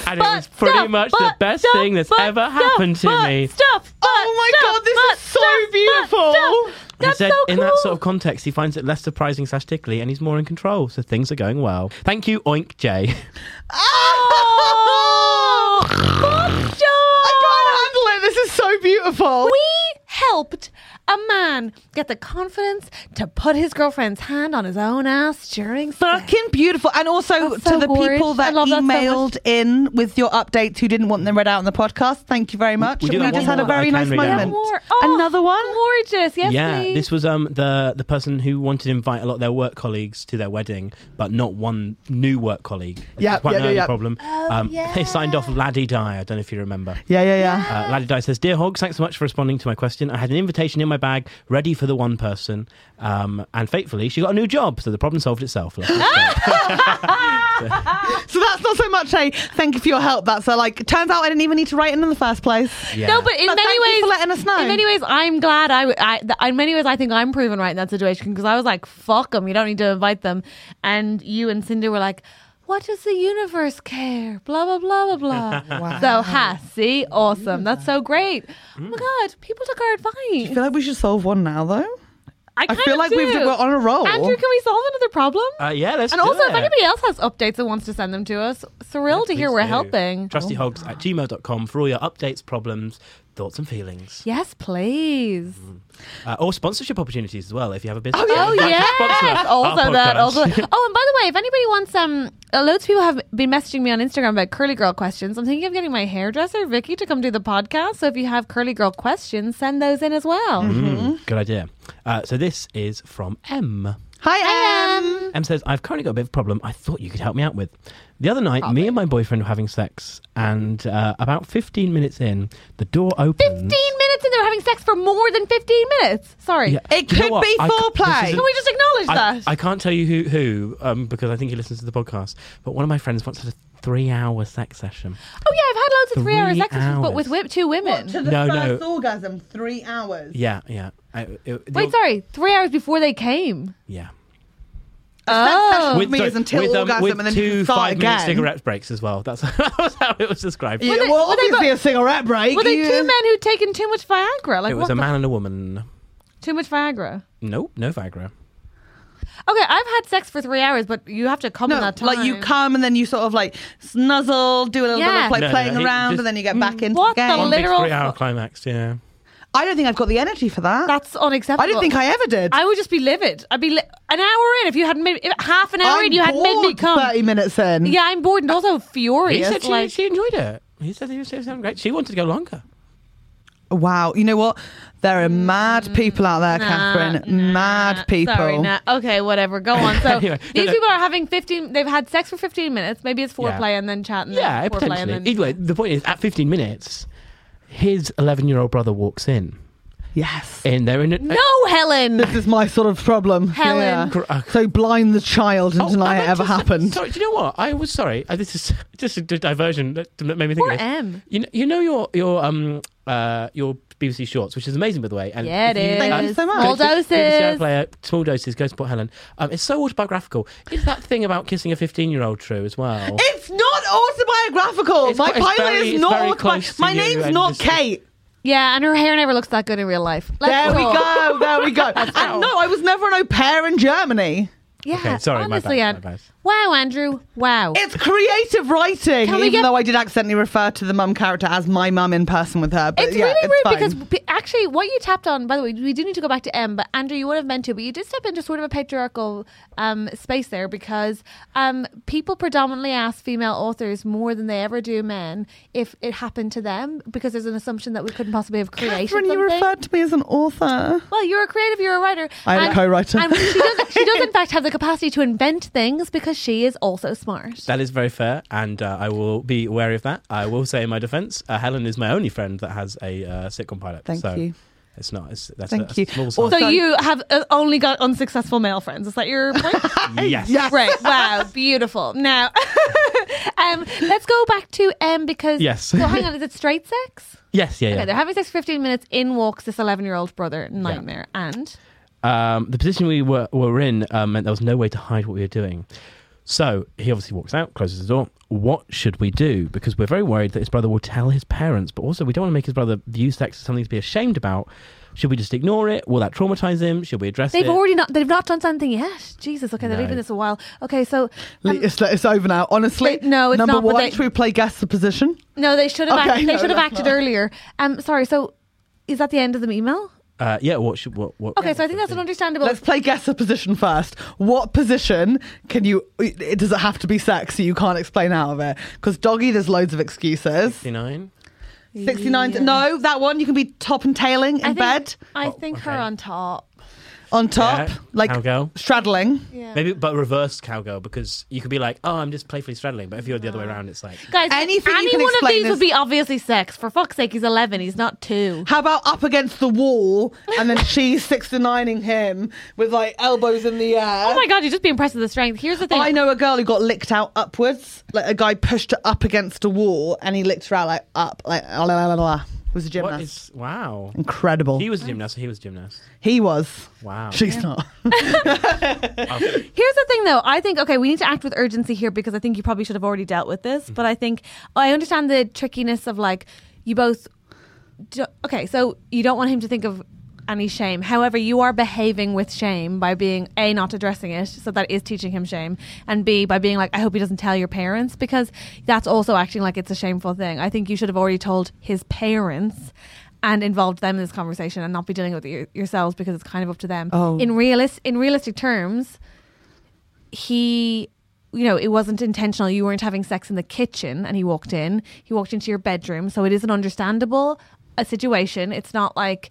Speaker 5: And it was pretty
Speaker 1: stuff,
Speaker 5: much the
Speaker 1: butt
Speaker 5: best
Speaker 1: stuff,
Speaker 5: thing that's
Speaker 1: butt
Speaker 5: ever
Speaker 1: stuff,
Speaker 5: happened to
Speaker 1: butt
Speaker 5: me.
Speaker 1: Stuff,
Speaker 2: Oh my God, this is so beautiful.
Speaker 5: And
Speaker 1: That's
Speaker 5: he said
Speaker 1: so cool.
Speaker 5: in that sort of context, he finds it less surprising slash tickly and he's more in control, so things are going well. Thank you, Oink J.
Speaker 2: Oh. I can't handle it. This is so beautiful.
Speaker 1: We helped a man get the confidence to put his girlfriend's hand on his own ass during sex.
Speaker 2: Fucking beautiful. And also
Speaker 1: That's
Speaker 2: to
Speaker 1: so
Speaker 2: the
Speaker 1: gorgeous.
Speaker 2: people
Speaker 1: I
Speaker 2: that
Speaker 1: love that so
Speaker 2: emailed in with your updates who didn't want them read out on the podcast. Thank you very much.
Speaker 5: we do have
Speaker 2: just
Speaker 5: one
Speaker 2: had a
Speaker 5: more that I
Speaker 2: very
Speaker 5: can
Speaker 2: nice
Speaker 5: read out.
Speaker 2: moment.
Speaker 1: More. Oh,
Speaker 2: Another one?
Speaker 1: Gorgeous. Yes,
Speaker 5: yeah,
Speaker 1: please.
Speaker 5: this was um the the person who wanted to invite a lot of their work colleagues to their wedding, but not one new work colleague. It's
Speaker 2: Yeah,
Speaker 5: quite
Speaker 2: yeah,
Speaker 5: an
Speaker 2: yeah,
Speaker 5: early
Speaker 2: yeah.
Speaker 5: problem.
Speaker 1: Oh,
Speaker 5: um, They signed off Laddie Dye. I don't know if you remember.
Speaker 2: Yeah, yeah, yeah.
Speaker 5: Uh, Laddie Dye says, Dear Hogs, thanks so much for responding to my question. I had an invitation in my bag, ready for the one person. Um, and fatefully, she got a new job, so the problem solved itself. Lovely stuff.
Speaker 2: So that's not so much a thank you for your help. That's a like, turns out I didn't even need to write in in the first place.
Speaker 5: Yeah.
Speaker 1: No, but in
Speaker 2: But
Speaker 1: many
Speaker 2: thank you
Speaker 1: ways,
Speaker 2: for letting us know.
Speaker 1: In many ways, I'm glad I, I th- in many ways, I think I'm proven right in that situation because I was like, "Fuck them, you don't need to invite them," and you and Cinder were like. What does the universe care? Blah blah blah blah blah. So ha, see, awesome. That's so great. Oh
Speaker 5: Hmm.
Speaker 1: my god, people took our
Speaker 2: I
Speaker 1: advice.
Speaker 2: feel like we should solve one now, though.
Speaker 1: I,
Speaker 2: I
Speaker 1: kind
Speaker 2: feel
Speaker 1: of
Speaker 2: like we've,
Speaker 1: do.
Speaker 2: we're on a roll.
Speaker 1: Andrew, can we solve another problem?
Speaker 5: Uh, yeah, let's
Speaker 1: and
Speaker 5: do
Speaker 1: also, if
Speaker 5: it.
Speaker 1: anybody else has updates and wants to send them to us, thrilled to hear
Speaker 5: Please
Speaker 1: we're
Speaker 5: do.
Speaker 1: helping.
Speaker 5: Trustyhogs at gmail.com for all your updates, problems, thoughts and feelings.
Speaker 1: Yes, please.
Speaker 5: Uh, or sponsorship opportunities as well if you have a business.
Speaker 1: Oh
Speaker 5: Like,
Speaker 1: yes,
Speaker 5: sponsor our
Speaker 1: also that.
Speaker 5: podcast.
Speaker 1: Also, oh, and by the way, if anybody wants, um, uh, loads of people have been messaging me on Instagram about curly girl questions. I'm thinking of getting my hairdresser Vicky to come do the podcast. So if you have curly girl questions, send those in as well. Hmm.
Speaker 5: Mm, good idea. Uh, so this is from M.
Speaker 2: Hi, Em.
Speaker 5: Em says, I've currently got a bit of a problem I thought you could help me out with. The other night,
Speaker 1: Oh,
Speaker 5: me and my boyfriend were having sex, and uh, about 15 minutes in, the door opens.
Speaker 1: Fifteen minutes, and they were having sex for more than fifteen minutes. Sorry,
Speaker 5: Yeah.
Speaker 2: It
Speaker 5: You know
Speaker 2: could
Speaker 5: what?
Speaker 2: be
Speaker 5: I c- this
Speaker 2: foreplay.
Speaker 5: is
Speaker 1: can we just acknowledge
Speaker 5: I,
Speaker 1: that?
Speaker 5: I can't tell you who, who um, because I think he listens to the podcast, but one of my friends once had a three hour sex session.
Speaker 1: oh yeah, I've had loads of
Speaker 5: Three
Speaker 1: three-hour sex sessions, but
Speaker 5: hours.
Speaker 1: with whip two women.
Speaker 5: the No, no. first
Speaker 2: orgasm, three hours.
Speaker 5: Yeah, yeah. I, it- the-
Speaker 1: Wait, sorry, three hours before they came.
Speaker 5: Yeah.
Speaker 1: Oh,
Speaker 2: With me is until
Speaker 5: with, um,
Speaker 2: orgasm
Speaker 5: with
Speaker 2: and then you
Speaker 5: two
Speaker 2: can start
Speaker 5: five minute
Speaker 2: again.
Speaker 5: cigarette breaks as well. That's that was how it was described.
Speaker 2: Yeah,
Speaker 1: Were they-
Speaker 2: well,
Speaker 1: were they
Speaker 2: obviously
Speaker 1: bo-
Speaker 2: a cigarette break.
Speaker 1: were they
Speaker 2: yeah.
Speaker 1: two men who'd taken too much Viagra? Like
Speaker 5: it
Speaker 1: what
Speaker 5: was a
Speaker 1: the-
Speaker 5: man and a woman.
Speaker 1: too much Viagra.
Speaker 5: Nope, no Viagra.
Speaker 1: Okay, I've had sex for three hours, but you have to come
Speaker 2: No,
Speaker 1: in that time.
Speaker 2: like you come and then you sort of like snuzzle, do a little bit
Speaker 1: Yeah. Mm,
Speaker 2: of like
Speaker 5: No, no,
Speaker 2: playing
Speaker 5: he
Speaker 2: around,
Speaker 5: just-
Speaker 2: and then you get back into
Speaker 1: What
Speaker 2: the game.
Speaker 1: the
Speaker 5: One
Speaker 1: li- Literal
Speaker 5: big three hour
Speaker 1: fu-
Speaker 5: climax. Yeah.
Speaker 2: I don't think I've got the energy for that.
Speaker 1: That's unacceptable.
Speaker 2: I don't think I ever did.
Speaker 1: I would just be livid. I'd be li- an hour in. If you hadn't made if half an hour
Speaker 2: I'm
Speaker 1: in, you hadn't made me
Speaker 2: bored
Speaker 1: come.
Speaker 2: Thirty minutes in.
Speaker 1: Yeah, I'm bored and also
Speaker 5: He
Speaker 1: furious.
Speaker 5: said she,
Speaker 1: like,
Speaker 5: she enjoyed it. He said he was, he was having great. She wanted to go longer.
Speaker 2: Wow. You know what? There are mad people out there,
Speaker 1: Mm. nah,
Speaker 2: Catherine.
Speaker 1: nah,
Speaker 2: mad people.
Speaker 1: Sorry, nah. Okay, whatever. Go on. So
Speaker 5: Anyway, no,
Speaker 1: these
Speaker 5: no.
Speaker 1: people are having fifteen. They've had sex for fifteen minutes. Maybe it's
Speaker 5: Yeah.
Speaker 1: foreplay and then chat. And
Speaker 5: Yeah,
Speaker 1: then foreplay
Speaker 5: potentially.
Speaker 1: and then
Speaker 5: Either way, the point is, at 15 minutes, his 11 year old brother walks in,
Speaker 2: Yes.
Speaker 5: and they're in a
Speaker 1: no, Helen.
Speaker 2: This is my sort of problem.
Speaker 1: Helen.
Speaker 5: Cor- uh,
Speaker 2: So blind the child and
Speaker 5: Oh,
Speaker 2: deny
Speaker 5: I'm
Speaker 2: it ever
Speaker 5: actually so-
Speaker 2: happened.
Speaker 5: Sorry, do you know what? I was sorry. Uh, this is just a d- diversion that that made me think
Speaker 1: Poor
Speaker 5: of this.
Speaker 1: M.
Speaker 5: You know, you know your your um uh your BBC Shorts, which is amazing by the way. And
Speaker 1: Yeah, it
Speaker 5: if you-
Speaker 1: is.
Speaker 2: Thank you so much.
Speaker 1: Small
Speaker 5: go to BBC
Speaker 1: doses.
Speaker 5: iPlayer, small doses. Go support Helen. Um, it's so autobiographical. Is that thing about kissing a fifteen-year-old true as well?
Speaker 2: It's not autobiographical.
Speaker 5: It's
Speaker 2: my
Speaker 5: quite- it's
Speaker 2: pilot
Speaker 5: very-
Speaker 2: is
Speaker 5: it's
Speaker 2: not
Speaker 5: very close
Speaker 2: autobiographical.
Speaker 5: to
Speaker 2: My
Speaker 5: you
Speaker 2: name's
Speaker 5: and
Speaker 2: not
Speaker 5: just-
Speaker 2: Kate.
Speaker 1: Yeah, and her hair never looks that good in real life. Let's
Speaker 2: There we
Speaker 1: talk.
Speaker 2: go. There we go. and no, I was never an au pair in Germany.
Speaker 1: Yeah,
Speaker 5: Okay, sorry, my
Speaker 1: honestly,
Speaker 5: bad,
Speaker 1: Ed.
Speaker 5: my bad.
Speaker 1: Wow, Andrew. Wow.
Speaker 2: It's creative writing,
Speaker 1: Can we
Speaker 2: even
Speaker 1: get-
Speaker 2: though I did accidentally refer to the mum character as my mum in person with her. But
Speaker 1: It's
Speaker 2: yeah,
Speaker 1: really
Speaker 2: it's
Speaker 1: rude
Speaker 2: fine.
Speaker 1: because p- actually, what you tapped on, by the way, we do need to go back to M, but Andrew, you would have meant to, but you did step into sort of a patriarchal um, space there because um, people predominantly ask female authors more than they ever do men if it happened to them because there's an assumption that we couldn't possibly have created
Speaker 2: Catherine, you
Speaker 1: something.
Speaker 2: referred to me as an author.
Speaker 1: well, you're a creative, you're a writer.
Speaker 2: I am a
Speaker 1: And-
Speaker 2: co-writer.
Speaker 1: And she does, she does, in fact, have the capacity to invent things because she is also smart.
Speaker 5: That is very fair, and uh, I will be wary of that. I will say in my defence, uh, Helen is my only friend that has a uh, sitcom pilot.
Speaker 2: Thank
Speaker 5: so
Speaker 2: you.
Speaker 5: It's not. It's, that's
Speaker 2: Thank
Speaker 5: a,
Speaker 2: you.
Speaker 5: A small
Speaker 2: Also-
Speaker 5: sign.
Speaker 1: So
Speaker 2: Sorry.
Speaker 1: you have uh, only got unsuccessful male friends. Is that your point?
Speaker 5: yes.
Speaker 1: Right. Wow. Beautiful. Now, um, let's go back to M because.
Speaker 5: Yes.
Speaker 1: So hang on. Is it straight sex?
Speaker 5: Yes. Yeah. yeah.
Speaker 1: Okay. They're having sex for 15 minutes. In walks this 11 year old brother. Nightmare. And.
Speaker 5: um, the position we were, were in um, meant there was no way to hide what we were doing. So he obviously walks out, closes the door. What should we do? Because we're very worried that his brother will tell his parents, but also we don't want to make his brother view sex as something to be ashamed about. Should we just ignore it? Will that traumatize him? Should we address
Speaker 1: They've
Speaker 5: it?
Speaker 1: already not. They've not done something yet. Jesus. Okay. They're
Speaker 5: No.
Speaker 1: leaving this a while. Okay. So.
Speaker 2: Le-
Speaker 1: um,
Speaker 2: it's, it's over now. Honestly,
Speaker 1: Wait, no, it's
Speaker 2: number
Speaker 1: not, but
Speaker 2: one.
Speaker 1: they-
Speaker 2: Should we play guess the position?
Speaker 1: no. They should have.
Speaker 2: Okay,
Speaker 1: act- they
Speaker 2: no,
Speaker 1: should have
Speaker 2: that's
Speaker 1: acted
Speaker 2: not-
Speaker 1: earlier. Um. Sorry. So. Is that the end of the email?
Speaker 5: uh, yeah. What should what? what
Speaker 1: Okay. So I think that's an understandable.
Speaker 2: Let's play guess the position first. What position can you? It, it- does it have to be sex so you can't explain out of it? Because doggy, there's loads of excuses.
Speaker 5: Sixty-nine.
Speaker 2: 69. No, that one you can be top and tailing in
Speaker 1: I think,
Speaker 2: bed
Speaker 1: I
Speaker 5: Oh,
Speaker 1: think her
Speaker 5: okay.
Speaker 1: on top.
Speaker 2: on top,
Speaker 5: Yeah,
Speaker 2: like
Speaker 5: cowgirl.
Speaker 2: straddling.
Speaker 1: Yeah.
Speaker 5: Maybe, but reverse cowgirl because you could be like, "Oh, I'm just playfully straddling," but if you're the
Speaker 1: Uh,
Speaker 5: other way around, it's like,
Speaker 1: Guys,
Speaker 2: Anything you
Speaker 1: any
Speaker 2: can
Speaker 1: one of
Speaker 2: explain
Speaker 1: these
Speaker 2: is-
Speaker 1: would be obviously sex. For fuck's sake, he's 11. He's not two.
Speaker 2: How about up against the wall and then she's 69ing him with like elbows in the air?
Speaker 1: Oh my god, you're just being impressed with the strength. Here's the thing.
Speaker 2: I know a girl who got licked out upwards. Like a guy pushed her up against a wall and he licked her out like up, like la la la la. la. He was a
Speaker 5: "What
Speaker 2: gymnast.
Speaker 5: is? Wow."
Speaker 2: Incredible.
Speaker 5: He
Speaker 2: He,
Speaker 5: was a gymnast. He was a gymnast.
Speaker 2: was.
Speaker 5: Wow.
Speaker 2: She's not.
Speaker 1: Here's the thing though. I think okay, we need to act with urgency here because I think you probably should have already dealt with this, but I think I understand the trickiness of like you both do, Okay, so you don't want him to think of any shame. However, you are behaving with shame by being A, not addressing it, so that is teaching him shame, and B, by being like, I hope he doesn't tell your parents, because that's also acting like it's a shameful thing. I think you should have already told his parents and involved them in this conversation and not be dealing with it your- yourselves because it's kind of up to them.
Speaker 2: Oh.
Speaker 1: In, realis- in realistic terms, he you know it wasn't intentional you weren't having sex in the kitchen and he walked in he walked into your bedroom so it is an understandable a situation it's not like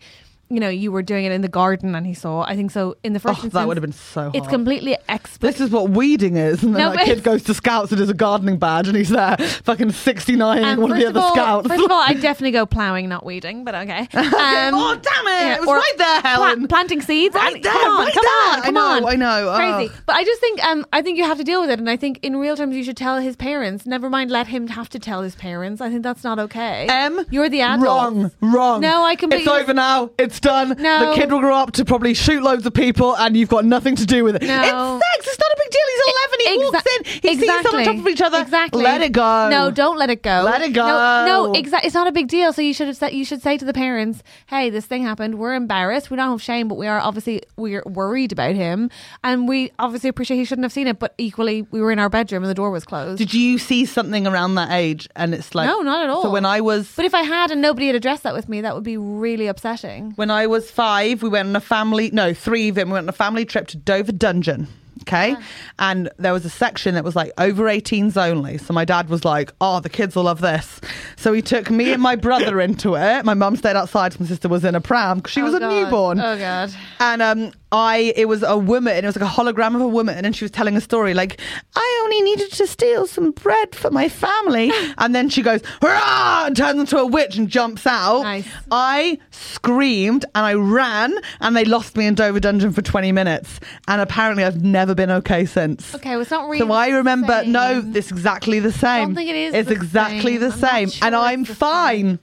Speaker 1: you know you were doing it in the garden and he saw i think so in the first
Speaker 2: Oh,
Speaker 1: instance,
Speaker 2: that would have been so hard.
Speaker 1: it's completely explicit
Speaker 2: This is what weeding is. And then
Speaker 1: No,
Speaker 2: that
Speaker 1: but-
Speaker 2: kid goes to scouts and does a gardening badge and he's there fucking 69
Speaker 1: Um,
Speaker 2: one of the
Speaker 1: first
Speaker 2: other
Speaker 1: all-
Speaker 2: scouts.
Speaker 1: First of all, I definitely go ploughing, not weeding, but okay. Um,
Speaker 2: Oh, damn it. It was
Speaker 1: or
Speaker 2: right there,
Speaker 1: pla-
Speaker 2: Helen.
Speaker 1: planting seeds.
Speaker 2: Right
Speaker 1: and,
Speaker 2: there,
Speaker 1: come on,
Speaker 2: right
Speaker 1: come
Speaker 2: there.
Speaker 1: on,
Speaker 2: I
Speaker 1: come
Speaker 2: know,
Speaker 1: on.
Speaker 2: I know, oh.
Speaker 1: Crazy. But I just think, um, I think you have to deal with it, and I think in real terms, you should tell his parents. Never mind, let him have to tell his parents. I think that's not okay.
Speaker 2: M.
Speaker 1: you're the adult.
Speaker 2: Wrong, wrong.
Speaker 1: No, I completely.
Speaker 2: It's over now. It's done.
Speaker 1: No.
Speaker 2: The kid will grow up to probably shoot loads of people, and you've got nothing to do with it.
Speaker 1: No.
Speaker 2: It's sex. It's not a big deal. He's eleven. He
Speaker 1: Exa-
Speaker 2: walks in. He sees them on top of each other.
Speaker 1: Exactly.
Speaker 2: Let it go.
Speaker 1: No, don't let it go.
Speaker 2: Let it go.
Speaker 1: No, no exactly. It's not a big deal. So you should have said. You should say to the parents, "Hey, this thing happened. We're embarrassed. We don't have shame, but we are obviously we're worried about him, and we obviously appreciate he shouldn't have seen it. But equally, we were in our bedroom and the door was closed.
Speaker 2: Did you see something around that age? And it's like
Speaker 1: no, not at all.
Speaker 2: So when I was
Speaker 1: but if I had and nobody had addressed that with me, that would be really upsetting.
Speaker 2: when I was five, we went on a family no, three of them. We went on a family trip to Dover Dungeon. Okay.
Speaker 1: Uh-huh.
Speaker 2: And there was a section that was like over 18s only. So my dad was like, Oh, the kids will love this. So he took me and my brother into it. My mum stayed outside. 'cause My sister was in a pram because she
Speaker 1: Oh,
Speaker 2: was a
Speaker 1: God.
Speaker 2: newborn.
Speaker 1: Oh god.
Speaker 2: And um, I, it was a woman, it was like a hologram of a woman, and she was telling a story like, I only needed to steal some bread for my family. and then she goes, hurrah, and turns into a witch and jumps out.
Speaker 1: Nice.
Speaker 2: I screamed and I ran, and they lost me in Dover Dungeon for 20 minutes. And apparently, I've never been okay since.
Speaker 1: Okay, well, it's not really.
Speaker 2: So I
Speaker 1: the
Speaker 2: remember, no,
Speaker 1: same.
Speaker 2: it's exactly the same.
Speaker 1: think it is
Speaker 2: It's
Speaker 1: the
Speaker 2: exactly
Speaker 1: same.
Speaker 2: the
Speaker 1: I'm not
Speaker 2: same.
Speaker 1: sure
Speaker 2: and
Speaker 1: it's
Speaker 2: I'm
Speaker 1: the same.
Speaker 2: fine.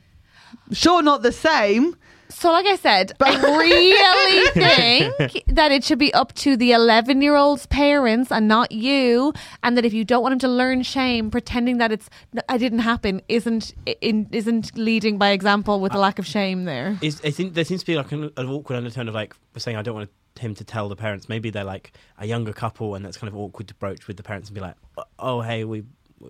Speaker 2: Sure, not the same.
Speaker 1: So, like I said, I really think that it should be up to the 11 year old's parents and not you. And that if you don't want him to learn shame, pretending that it's I didn't happen isn't in, isn't leading by example with the lack of shame there.
Speaker 5: Is, I think there seems to be like an, an awkward undertone of like we're saying I don't want him to tell the parents. Maybe they're like a younger couple, and that's kind of awkward to broach with the parents and be like, "Oh, hey, we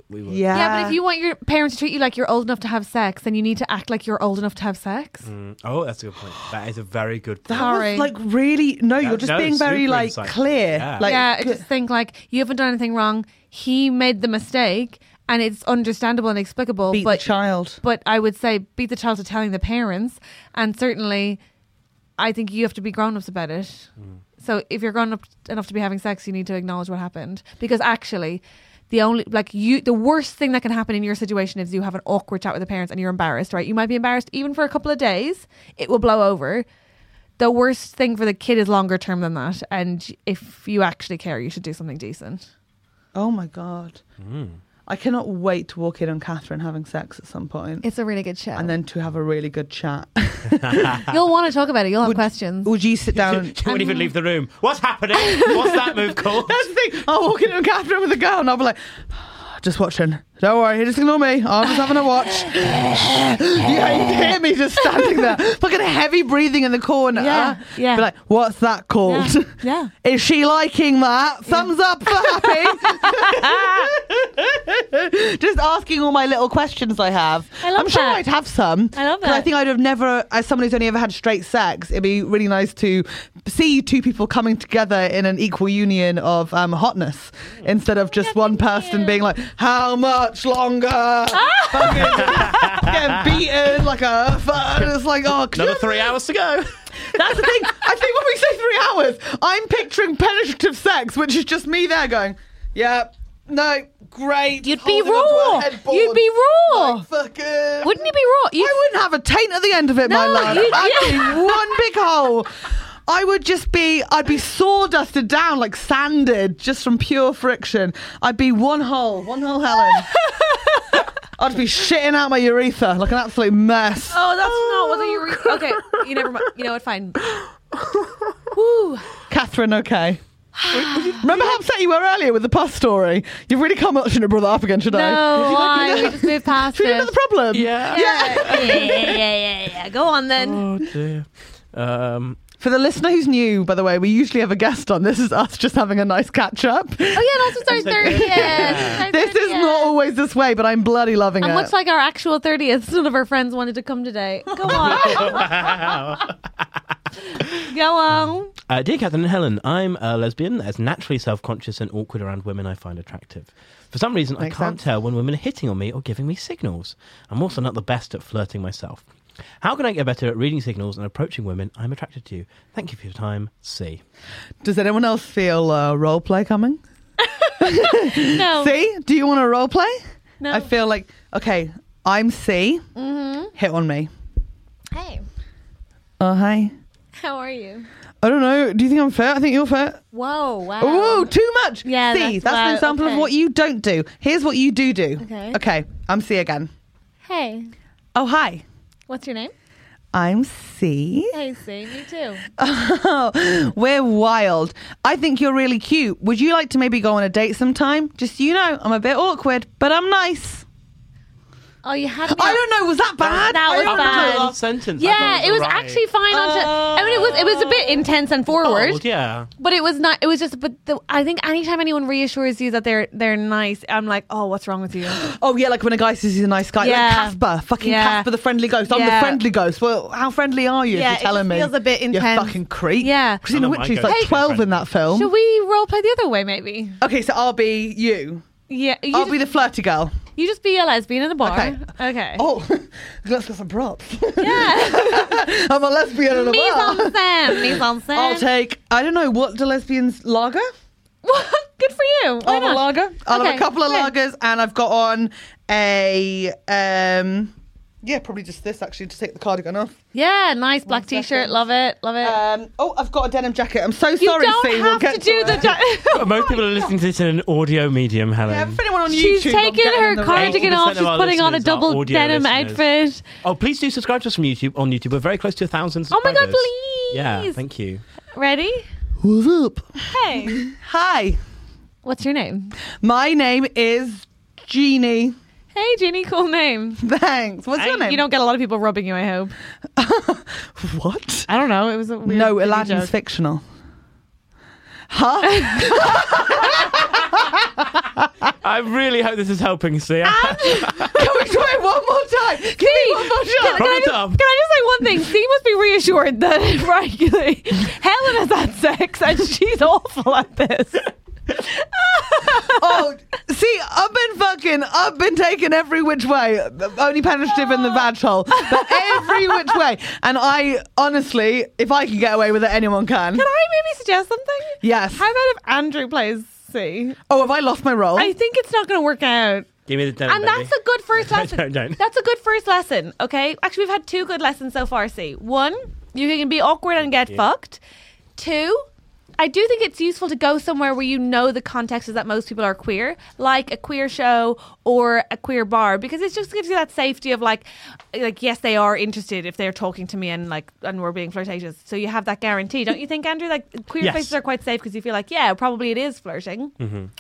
Speaker 5: we were."
Speaker 2: Yeah.
Speaker 1: yeah, but if you want your parents to treat you like you're old enough to have sex, then you need to act like you're old enough to have sex.
Speaker 5: Mm, Oh, that's a good point. That is a very good point.
Speaker 2: That
Speaker 1: Sorry.
Speaker 2: was like really no.
Speaker 5: That-
Speaker 2: you're just
Speaker 5: that
Speaker 2: being
Speaker 5: was
Speaker 2: very
Speaker 5: super
Speaker 2: like
Speaker 5: insightful.
Speaker 2: clear.
Speaker 5: Yeah.
Speaker 2: Like
Speaker 1: yeah, I
Speaker 2: good-
Speaker 1: just think like you haven't done anything wrong. He made the mistake, and it's understandable and explicable.
Speaker 2: beat
Speaker 1: but
Speaker 2: the child.
Speaker 1: but I would say beat the child to telling the parents, and certainly, I think you have to be grown ups about it.
Speaker 2: Mm.
Speaker 1: So if you're grown up enough to be having sex, you need to acknowledge what happened because actually, the only like you the worst thing that can happen in your situation is you have an awkward chat with the parents and you're embarrassed, right? You might be embarrassed even for a couple of days. It will blow over. The worst thing for the kid is longer term than that, and if you actually care, you should do something decent.
Speaker 2: Oh my god.
Speaker 5: Mm.
Speaker 2: I cannot wait to walk in on Catherine having sex at some point,
Speaker 1: It's a really good show,
Speaker 2: and then to have a really good chat.
Speaker 1: you'll want to talk about it. You'll have questions.
Speaker 2: Would you sit down?
Speaker 5: you wouldn't even leave the room. What's happening? What's that move called?
Speaker 2: That's the thing. I'll walk in on Catherine with a girl, and I'll be like. Just watching. Don't worry, just ignore me. I'm just having a watch. yeah, you'd hear me just standing there, fucking heavy breathing in the corner.
Speaker 1: Yeah, yeah.
Speaker 2: Be like, what's that called?
Speaker 1: Yeah, yeah.
Speaker 2: Is she liking that? Thumbs up for happy. Just asking all my little questions I have.
Speaker 1: I love
Speaker 2: I'm sure
Speaker 1: that.
Speaker 2: I'd have some.
Speaker 1: I love
Speaker 2: 'Cause I
Speaker 1: that.
Speaker 2: think I'd have never, as someone who's only ever had straight sex, it'd be really nice to see two people coming together in an equal union of um, hotness instead
Speaker 1: Oh,
Speaker 2: of just one person being like, how much longer?
Speaker 1: Ah!
Speaker 2: Fucking Getting beaten like a. fuck. It's like, oh, could
Speaker 5: Another
Speaker 2: you imagine
Speaker 5: three hours to go.
Speaker 2: that's the thing. I think when we say three hours, I'm picturing penetrative sex, which is just me there going, yeah, no, great.
Speaker 1: You'd be
Speaker 2: holding onto a
Speaker 1: raw.
Speaker 2: headboard.
Speaker 1: You'd be raw.
Speaker 2: Like, fucking.
Speaker 1: Wouldn't he be raw? You-
Speaker 2: I wouldn't have a taint at the end of it, my
Speaker 1: No,
Speaker 2: love.
Speaker 1: you'd-
Speaker 2: I'd
Speaker 1: yeah.
Speaker 2: be one big hole. I would just be, I'd be sawdusted down, like sanded, just from pure friction. I'd be one hole, one hole Helen. I'd be shitting out my urethra like an absolute mess.
Speaker 1: Oh, that's not wasn't your reason. Okay, you never mind. You know what? Fine. Woo.
Speaker 2: Catherine, okay. Remember how upset you were earlier with the pus story? You've really come up, shouldn't have brought that up again, should I?
Speaker 1: No, why? We just moved past
Speaker 2: Should we
Speaker 1: it.
Speaker 2: another problem?
Speaker 5: Yeah.
Speaker 1: Yeah, yeah, yeah, yeah, yeah, yeah. Go on then.
Speaker 5: Oh dear. Um,
Speaker 2: For the listener who's new, by the way, we usually have a guest on. This is us just having a nice catch up.
Speaker 1: Oh yeah, and also it's our
Speaker 4: It's like-
Speaker 1: thirtieth.
Speaker 2: This is not always this way, but I'm bloody loving
Speaker 1: And
Speaker 2: it.
Speaker 1: much like our actual thirtieth, none of our friends wanted to come today. Go on, go on.
Speaker 5: uh, dear Catherine and Helen, I'm a lesbian as naturally self conscious and awkward around women I find attractive. For some reason,
Speaker 2: Makes
Speaker 5: I can't
Speaker 2: sense.
Speaker 5: tell when women are hitting on me or giving me signals. I'm also not the best at flirting myself. How can I get better at reading signals and approaching women I'm attracted to? Thank you for your time. C.
Speaker 2: Does anyone else feel uh, role play coming?
Speaker 1: No,
Speaker 2: C, do you want a role play?
Speaker 1: Oh. no.
Speaker 2: I feel like okay. I'm C.
Speaker 1: Mm-hmm.
Speaker 2: Hit on me.
Speaker 1: hey,
Speaker 2: Oh hi.
Speaker 1: how are you?
Speaker 2: I don't know. Do you think I'm fair? I think you're fair.
Speaker 1: Whoa, wow.
Speaker 2: Oh, too much.
Speaker 1: Yeah,
Speaker 2: C.
Speaker 1: that's
Speaker 2: That's an
Speaker 1: what-
Speaker 2: example
Speaker 1: okay.
Speaker 2: of what you don't do. Here's what you do do.
Speaker 1: Okay.
Speaker 2: Okay. I'm C again.
Speaker 1: Hey,
Speaker 2: Oh hi.
Speaker 1: what's your name?
Speaker 2: I'm C.
Speaker 1: Hey, see you too.
Speaker 2: We're wild. I think you're really cute. Would you like to maybe go on a date sometime? Just so you know, I'm a bit awkward, but I'm nice.
Speaker 1: Oh, you had. Me
Speaker 2: I
Speaker 1: at-
Speaker 2: don't know. Was that bad?
Speaker 1: That
Speaker 2: I
Speaker 1: was
Speaker 2: don't know.
Speaker 1: bad. Um,
Speaker 5: sentence.
Speaker 1: Yeah, it was actually fine. On to, I mean, it was it was a bit intense
Speaker 2: Oh,
Speaker 1: and forward,
Speaker 5: Oh, yeah.
Speaker 1: but it was not. It was just. But the, I think anytime anyone reassures you that they're they're nice, I'm like, oh, what's wrong with you?
Speaker 2: Oh yeah, like when a guy says he's a nice guy,
Speaker 1: Yeah.
Speaker 2: like Casper, fucking
Speaker 1: Yeah.
Speaker 2: Casper the friendly ghost. I'm
Speaker 1: Yeah.
Speaker 2: the friendly ghost. Well, how friendly are you?
Speaker 1: Yeah,
Speaker 2: if
Speaker 1: it
Speaker 2: you're telling
Speaker 1: just
Speaker 2: me
Speaker 1: feels a bit
Speaker 2: You
Speaker 1: intense.
Speaker 2: fucking creep.
Speaker 1: Yeah.
Speaker 2: Christina
Speaker 4: None of my
Speaker 2: Whitchy's
Speaker 4: ghosts
Speaker 2: like
Speaker 4: are
Speaker 2: 12 in
Speaker 4: friendly.
Speaker 2: that film.
Speaker 1: Should we role play the other way? Maybe.
Speaker 2: Okay, so I'll be you.
Speaker 1: Yeah, you,
Speaker 2: I'll
Speaker 1: just,
Speaker 2: be the flirty girl.
Speaker 1: you just be a lesbian in a bar.
Speaker 2: Okay.
Speaker 1: Okay.
Speaker 2: Oh, let's get some props.
Speaker 1: Yeah.
Speaker 2: I'm a lesbian in a
Speaker 1: Mise
Speaker 2: bar.
Speaker 1: en scène. Mise en scène.
Speaker 2: I'll take. I don't know what do lesbians lager.
Speaker 1: Good for you. Why
Speaker 2: I'll have
Speaker 1: not?
Speaker 2: a lager. I'll have
Speaker 1: Okay,
Speaker 2: a couple of
Speaker 1: yeah.
Speaker 2: lagers, and I've got on a um. Yeah, probably just this actually to take the cardigan off.
Speaker 1: Yeah, nice black
Speaker 2: second.
Speaker 1: t-shirt. Love it. Love it.
Speaker 2: Um, oh, I've got a denim jacket. I'm so
Speaker 1: you
Speaker 2: sorry,
Speaker 1: don't
Speaker 2: C. we'll
Speaker 1: have
Speaker 2: get
Speaker 1: to do the.
Speaker 2: it.
Speaker 1: Jo-
Speaker 5: Most people are listening to this in an audio medium, Helen.
Speaker 2: Yeah, if anyone on
Speaker 1: She's
Speaker 2: YouTube, I'm
Speaker 1: taking
Speaker 2: getting
Speaker 1: her
Speaker 2: the
Speaker 1: cardigan
Speaker 2: ring.
Speaker 5: All
Speaker 1: off.
Speaker 5: percent of
Speaker 1: She's
Speaker 5: our
Speaker 1: putting on a
Speaker 5: listeners are
Speaker 1: double
Speaker 5: audio
Speaker 1: denim
Speaker 5: listeners.
Speaker 1: outfit.
Speaker 5: Oh, please do subscribe to us from YouTube. On YouTube, we're very close to a thousand
Speaker 1: Oh my
Speaker 5: subscribers.
Speaker 1: god, please.
Speaker 5: Yeah, thank you.
Speaker 1: Ready?
Speaker 2: Who's up?
Speaker 1: Hey.
Speaker 2: Hi,
Speaker 1: What's your name?
Speaker 2: my name is Jeannie.
Speaker 1: Hey, Jeannie, cool name.
Speaker 2: Thanks. What's your name?
Speaker 1: You don't get a lot of people rubbing you, I hope.
Speaker 2: what?
Speaker 1: I don't know. It was a weird
Speaker 2: No,
Speaker 1: silly
Speaker 2: Aladdin's
Speaker 1: joke.
Speaker 2: fictional. Huh?
Speaker 5: I really hope this is helping, See,
Speaker 1: Ah,
Speaker 2: Can we try it one more time? Give me one more shot.
Speaker 1: Can
Speaker 5: Prop
Speaker 1: I,
Speaker 5: it
Speaker 1: just,
Speaker 5: up.
Speaker 1: can I just say one thing? Steve must be reassured that regularly Helen has had sex and she's awful at this.
Speaker 2: Oh, see, I've been fucking, I've been taken every which way. Only penetrative
Speaker 1: Ah.
Speaker 2: in the vag hole, but every which way. And I honestly, if I can get away with it, anyone can.
Speaker 1: Can I maybe suggest something?
Speaker 2: Yes.
Speaker 1: How about if Andrew plays C?
Speaker 2: Oh, have I lost my role?
Speaker 1: I think it's not going to work out.
Speaker 5: Give me the denim,
Speaker 1: And that's a good first lesson.
Speaker 5: don't, don't.
Speaker 1: That's a good first lesson, okay? Actually, we've had two good lessons so far, See, One, you can be awkward and get fucked. Two, I do think it's useful to go somewhere where you know the context is that most people are queer, like a queer show or a queer bar, because it just gives you that safety of like, like yes, they are interested if they're talking to me and like and we're being flirtatious. So you have that guarantee, don't you think, Andrew? Like queer
Speaker 5: Yes.
Speaker 1: places are quite safe because you feel like yeah, probably it is flirting,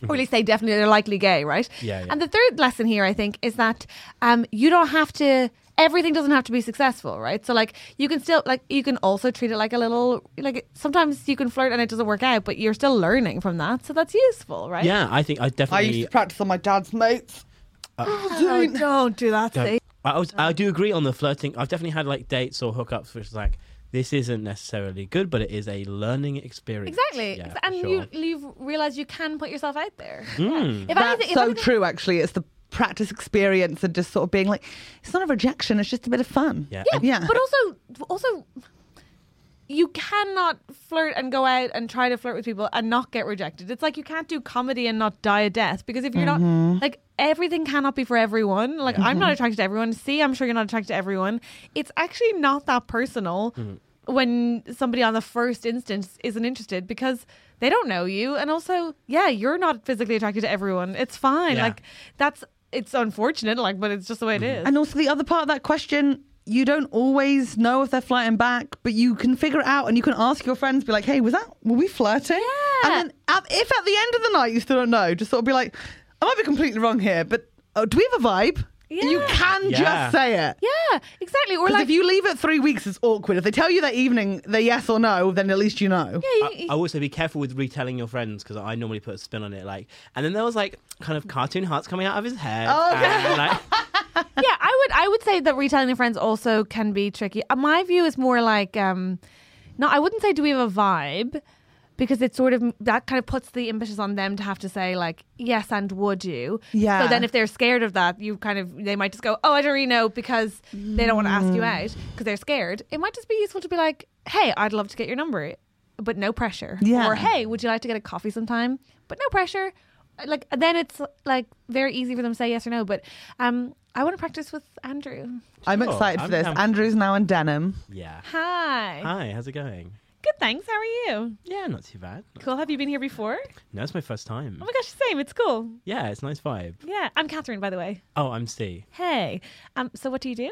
Speaker 1: or at least they definitely they're likely gay, right?
Speaker 5: Mm-hmm. Yeah, yeah.
Speaker 1: And the third lesson here, I think, is that um, you don't have to. Everything doesn't have to be successful, right? So, like, you can still like you can also treat it like a little like sometimes you can flirt and it doesn't work out, but you're still learning from that, so that's useful, right?
Speaker 5: Yeah, I think I
Speaker 2: I used
Speaker 5: definitely.
Speaker 2: to practice on my dad's mates.
Speaker 1: Oh, don't do that. See?
Speaker 5: I, was, I do agree on the flirting. I've definitely had like dates or hookups, which is like this isn't necessarily good, but it is a learning experience.
Speaker 1: Exactly,
Speaker 5: Yeah, for
Speaker 1: and
Speaker 5: sure. Hmm.
Speaker 1: you you realize you can put yourself out there. If
Speaker 2: That's
Speaker 1: anything- if
Speaker 2: so
Speaker 1: anything-
Speaker 2: true, actually. It's the practice experience and just sort of being like, it's not a rejection, it's just a bit of fun.
Speaker 5: Yeah.
Speaker 1: Yeah,
Speaker 2: Yeah.
Speaker 1: But also, also, you cannot flirt and go out and try to flirt with people and not get rejected. It's like you can't do comedy and not die a death because if you're
Speaker 2: Mm-hmm.
Speaker 1: not like everything cannot be for everyone. Like I'm not attracted to everyone. See, I'm sure you're not attracted to everyone. It's actually not that personal. When somebody on the first instance isn't interested because they don't know you, and also, yeah, you're not physically attracted to everyone. It's fine.
Speaker 5: Yeah.
Speaker 1: Like that's it's unfortunate, like, but it's just the way it is.
Speaker 2: And also the other part of that question, you don't always know if they're flirting back, but you can figure it out and you can ask your friends, be like, hey, was that, were we flirting?
Speaker 1: Yeah.
Speaker 2: And then at, if at the end of the night you still don't know, just sort of be like, I might be completely wrong here, but uh, do we have a vibe?
Speaker 1: Yeah.
Speaker 2: You can
Speaker 4: Yeah.
Speaker 2: just say it.
Speaker 1: Yeah, exactly. Or
Speaker 2: Because
Speaker 1: like,
Speaker 2: if you leave it three weeks, it's awkward. If they tell you that evening the yes or no, then at least you know.
Speaker 1: yeah,
Speaker 4: I, I would say be careful with retelling your friends because I normally put a spin on it. Like, and then there was like kind of cartoon hearts coming out of his head.
Speaker 2: Oh,
Speaker 4: and, like,
Speaker 1: yeah, I would I would say that retelling your friends also can be tricky. Uh, My view is more like um no, I wouldn't say do we have a vibe because it sort of that kind of puts the emphasis on them to have to say like yes and would you.
Speaker 2: Yeah.
Speaker 1: So then if they're scared of that, you kind of they might just go, "Oh, I don't really know" because they don't want to ask you out because they're scared. It might just be useful to be like, "Hey, I'd love to get your number, but no pressure."
Speaker 2: Yeah.
Speaker 1: Or, "Hey, would you like to get a coffee sometime?" But no pressure like then it's like very easy for them to say yes or no. But um, I want to practice with Andrew.
Speaker 2: I'm
Speaker 4: Sure,
Speaker 2: excited for
Speaker 4: I'm
Speaker 2: this.
Speaker 4: down.
Speaker 2: Andrew's now in denim.
Speaker 4: yeah.
Speaker 1: Hi.
Speaker 4: Hi, how's it going?
Speaker 1: Good. Thanks. How are you?
Speaker 4: Yeah, not too bad.
Speaker 1: Cool. Have you been here before?
Speaker 4: No, it's my first time.
Speaker 1: Oh my gosh, same. It's cool.
Speaker 4: Yeah, it's nice vibe.
Speaker 1: Yeah, I'm Catherine, by the way.
Speaker 4: Oh, I'm Steve.
Speaker 1: Hey. Um. So what do you do?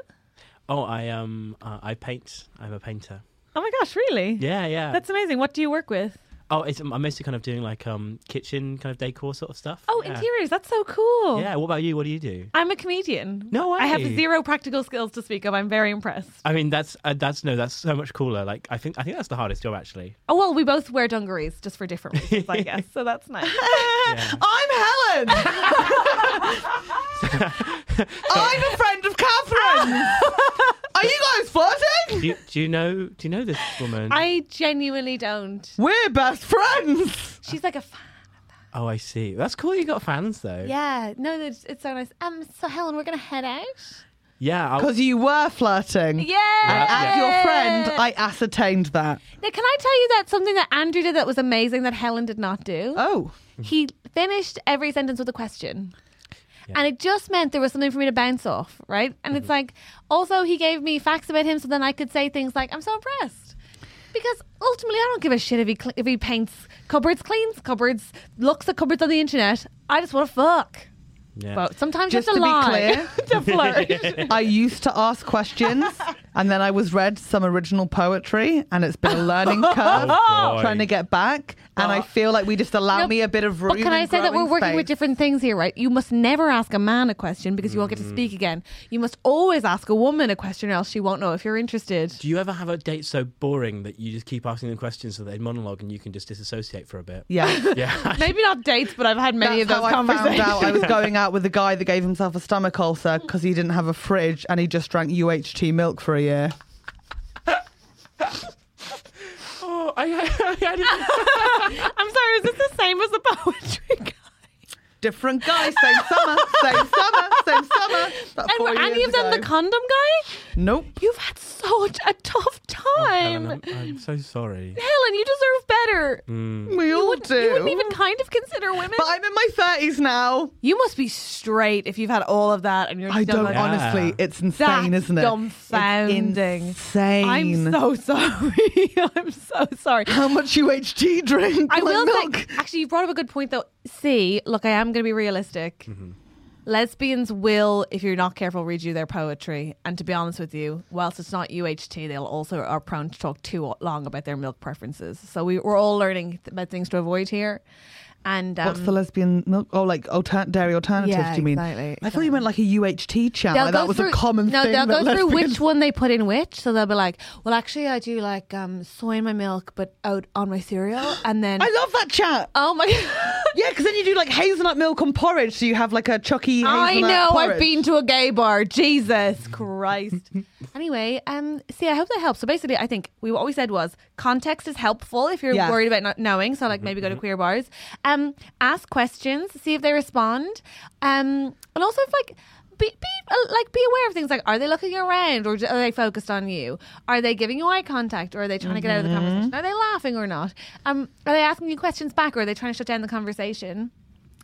Speaker 4: Oh, I um, uh, I paint. I'm a painter.
Speaker 1: Oh my gosh, really?
Speaker 4: Yeah, yeah.
Speaker 1: That's amazing. What do you work with?
Speaker 4: Oh, it's, I'm mostly kind of doing like um, kitchen kind of decor sort of stuff.
Speaker 1: Oh,
Speaker 4: yeah.
Speaker 1: interiors. That's so cool.
Speaker 4: Yeah. What about you? What do you do?
Speaker 1: I'm a comedian.
Speaker 4: No
Speaker 1: I have
Speaker 4: way.
Speaker 1: zero practical skills to speak of. I'm very impressed.
Speaker 4: I mean, that's uh, that's no, that's so much cooler. Like, I think I think that's the hardest job actually.
Speaker 1: Oh well, we both wear dungarees just for different reasons, I guess. So that's nice.
Speaker 2: I'm Helen. I'm a friend of Catherine's. Are you guys flirting?
Speaker 4: Do you, do you know do you know this woman?
Speaker 1: I genuinely don't.
Speaker 2: We're best friends.
Speaker 1: She's like a fan.
Speaker 4: Oh, I see. That's cool. You got fans though.
Speaker 1: Yeah, no, it's, it's so nice. Um, so Helen, we're gonna head out.
Speaker 4: Yeah.
Speaker 5: Oh.
Speaker 4: I'll-
Speaker 2: Because you were flirting.
Speaker 1: Yeah.
Speaker 2: As your friend, I ascertained that.
Speaker 1: Now, can I tell you that something that Andrew did that was amazing that Helen did not do?
Speaker 2: Oh.
Speaker 1: He finished every sentence with a question. And it just meant there was something for me to bounce off, right? And it's like, also, he gave me facts about him so then I could say things like, I'm so impressed. Because ultimately, I don't give a shit if he, cl- if he paints cupboards, cleans cupboards, looks at cupboards on the internet. I just want to fuck.
Speaker 4: yeah.
Speaker 1: But sometimes
Speaker 2: Just
Speaker 1: you have to,
Speaker 2: to be
Speaker 1: lie to flirt.
Speaker 2: I used to ask questions and then I was read some original poetry and it's been a learning
Speaker 1: Oh,
Speaker 2: curve
Speaker 4: boy.
Speaker 2: trying to get back. And I feel like we just allow
Speaker 1: No,
Speaker 2: me a bit of room.
Speaker 1: Oh. But can I
Speaker 2: and
Speaker 1: say that we're
Speaker 2: growing
Speaker 1: working with
Speaker 2: space.
Speaker 1: different things here, right? You must never ask a man a question because you won't get to speak again. You must always ask a woman a question, or else she won't know if you're interested.
Speaker 4: do you ever have a date so boring that you just keep asking them questions so they monologue and you can just disassociate for a bit?
Speaker 2: Yeah.
Speaker 4: Yeah.
Speaker 1: Maybe not dates, but I've had many
Speaker 2: That's
Speaker 1: of
Speaker 2: how
Speaker 1: those
Speaker 2: I found
Speaker 1: conversations.
Speaker 2: out I was going out with a guy that gave himself a stomach ulcer because he didn't have a fridge and he just drank UHT milk for a year.
Speaker 4: oh, I, I, I didn't.
Speaker 1: I'm sorry, is this the same as the poetry guy?
Speaker 2: Different guy, same summer, same summer, same summer. About
Speaker 1: And
Speaker 2: four
Speaker 1: were any
Speaker 2: years
Speaker 1: of them the
Speaker 2: ago.
Speaker 1: condom guy?
Speaker 2: nope.
Speaker 1: You've had such a tough time.
Speaker 4: Helen, I'm, I'm so sorry.
Speaker 1: Helen, you deserve better.
Speaker 2: We all
Speaker 1: Wouldn't-
Speaker 2: do.
Speaker 1: You wouldn't even kind of consider women.
Speaker 2: but I'm in my thirties now.
Speaker 1: you must be straight if you've had all of that and you're
Speaker 2: I
Speaker 1: still
Speaker 2: don't
Speaker 1: like,
Speaker 2: honestly. It's insane,
Speaker 1: That's
Speaker 2: isn't it?
Speaker 1: dumbfounding.
Speaker 2: It's insane.
Speaker 1: I'm so sorry. I'm so sorry.
Speaker 2: How much UHT drink?
Speaker 1: I
Speaker 2: Like
Speaker 1: will
Speaker 2: milk.
Speaker 1: say, actually, you brought up a good point though. See, look, I am going to be realistic.
Speaker 2: Mm-hmm.
Speaker 1: Lesbians will, if you're not careful, read you their poetry. And to be honest with you, whilst it's not UHT, they'll also are prone to talk too long about their milk preferences. So we, we're all learning th- about things to avoid here. And um,
Speaker 2: What's the lesbian milk? Oh, like alter- dairy alternatives?
Speaker 1: Yeah,
Speaker 2: do you mean?
Speaker 1: exactly,
Speaker 2: I thought you meant like a UHT channel.
Speaker 1: they'll
Speaker 2: like
Speaker 1: go
Speaker 2: that was
Speaker 1: through-
Speaker 2: a common
Speaker 1: no,
Speaker 2: thing.
Speaker 1: they'll go
Speaker 2: that
Speaker 1: through
Speaker 2: lesbians-
Speaker 1: which one they put in which. So they'll be like, "Well, actually, I do like um, soy in my milk, but out on my cereal." And then,
Speaker 2: I love that chat.
Speaker 1: oh my,
Speaker 2: Yeah, because then you do like hazelnut milk on porridge, so you have like a chucky.
Speaker 1: I
Speaker 2: hazelnut
Speaker 1: know I've
Speaker 2: porridge.
Speaker 1: been to a gay bar. Jesus Christ. anyway, um, see, I hope that helps. So basically, I think we what we said was context is helpful if you're
Speaker 2: Yes.
Speaker 1: worried about not knowing. So like maybe go to queer bars, um, ask questions, see if they respond, um, and also if like. Be, be uh, like be aware of things like are they looking around or j- are they focused on you? Are they giving you eye contact or are they trying to get out of the conversation? Are they laughing or not? Um, are they asking you questions back or are they trying to shut down the conversation?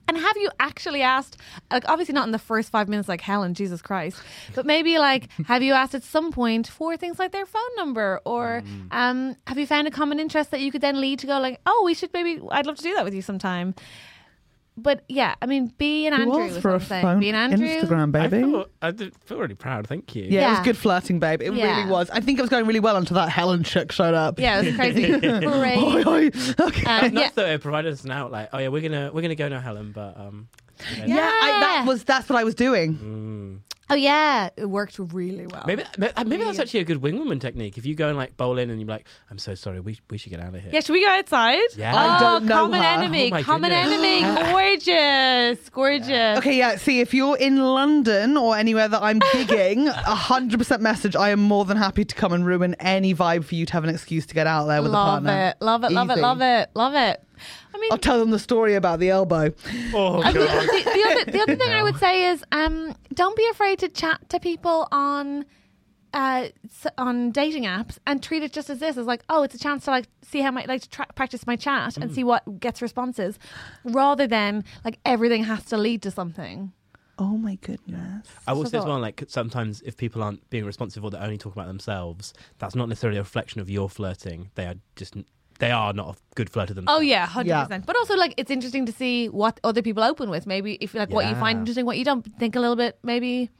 Speaker 1: And have you actually asked, like, obviously not in the first five minutes, like Helen, Jesus Christ, but maybe like, have you asked at some point for things like their phone number or
Speaker 2: Mm.
Speaker 1: um, have you found a common interest that you could then lead to go, like, oh, we should maybe, I'd love to do that with you sometime. But yeah, I mean, be an
Speaker 2: Who
Speaker 1: Andrew.
Speaker 2: asked
Speaker 1: is
Speaker 2: for
Speaker 1: what
Speaker 2: a
Speaker 1: I'm saying.
Speaker 2: phone
Speaker 1: Be an Andrew.
Speaker 2: Instagram
Speaker 4: I
Speaker 2: baby.
Speaker 4: feel, I did- feel really proud. Thank you.
Speaker 2: yeah, it was
Speaker 1: Yeah.
Speaker 2: good flirting, babe. It
Speaker 1: Yeah.
Speaker 2: really was. I think it was going really well until that Helen chick showed up.
Speaker 1: Yeah, it was crazy. Great.
Speaker 2: Oi, oi. Okay.
Speaker 1: Uh,
Speaker 4: Not
Speaker 1: yeah.
Speaker 4: that it provided us an outlet. Oh yeah, we're gonna we're gonna go now, Helen. But um,
Speaker 2: Yeah, I, that
Speaker 1: Yeah.
Speaker 2: was that's what I was doing.
Speaker 1: Oh yeah, it worked really well.
Speaker 5: Maybe maybe, maybe that's actually a good wing woman technique. If you go and like bowl in and you're like, I'm so sorry, we we should get out of here.
Speaker 1: Yeah, should we go outside?
Speaker 5: Yeah.
Speaker 1: Oh,
Speaker 5: I
Speaker 2: don't know
Speaker 1: common
Speaker 2: her.
Speaker 5: Oh,
Speaker 1: enemy,
Speaker 5: my
Speaker 1: common
Speaker 5: goodness.
Speaker 1: enemy, gorgeous, gorgeous.
Speaker 2: Okay, yeah. See, if you're in London or anywhere that I'm gigging, hundred percent message. I am more than happy to come and ruin any vibe for you to have an excuse to get out there with
Speaker 1: love
Speaker 2: a partner.
Speaker 1: it, love it, love it,
Speaker 2: Easy.
Speaker 1: love it, love it. I mean,
Speaker 2: I'll tell them the story about the elbow.
Speaker 4: Oh,
Speaker 1: I mean,
Speaker 4: God.
Speaker 1: the, the other, the other thing I would say is um, don't be afraid to chat to people on uh, s- on dating apps and treat it just as this as like oh it's a chance to like see how my like to tra- practice my chat
Speaker 2: Mm.
Speaker 1: and see what gets responses rather than like everything has to lead to something.
Speaker 2: Oh my goodness.
Speaker 5: I will say as
Speaker 1: forgot.
Speaker 5: well, like sometimes if people aren't being responsive or they only talk about themselves, that's not necessarily a reflection of your flirting. They are just they are not a good flirter themselves.
Speaker 1: Oh yeah, hundred
Speaker 2: Yeah.
Speaker 1: percent. But also, like, it's interesting to see what other people open with. Maybe if like what you find
Speaker 5: Yeah.
Speaker 1: interesting, what you don't think a little bit, maybe.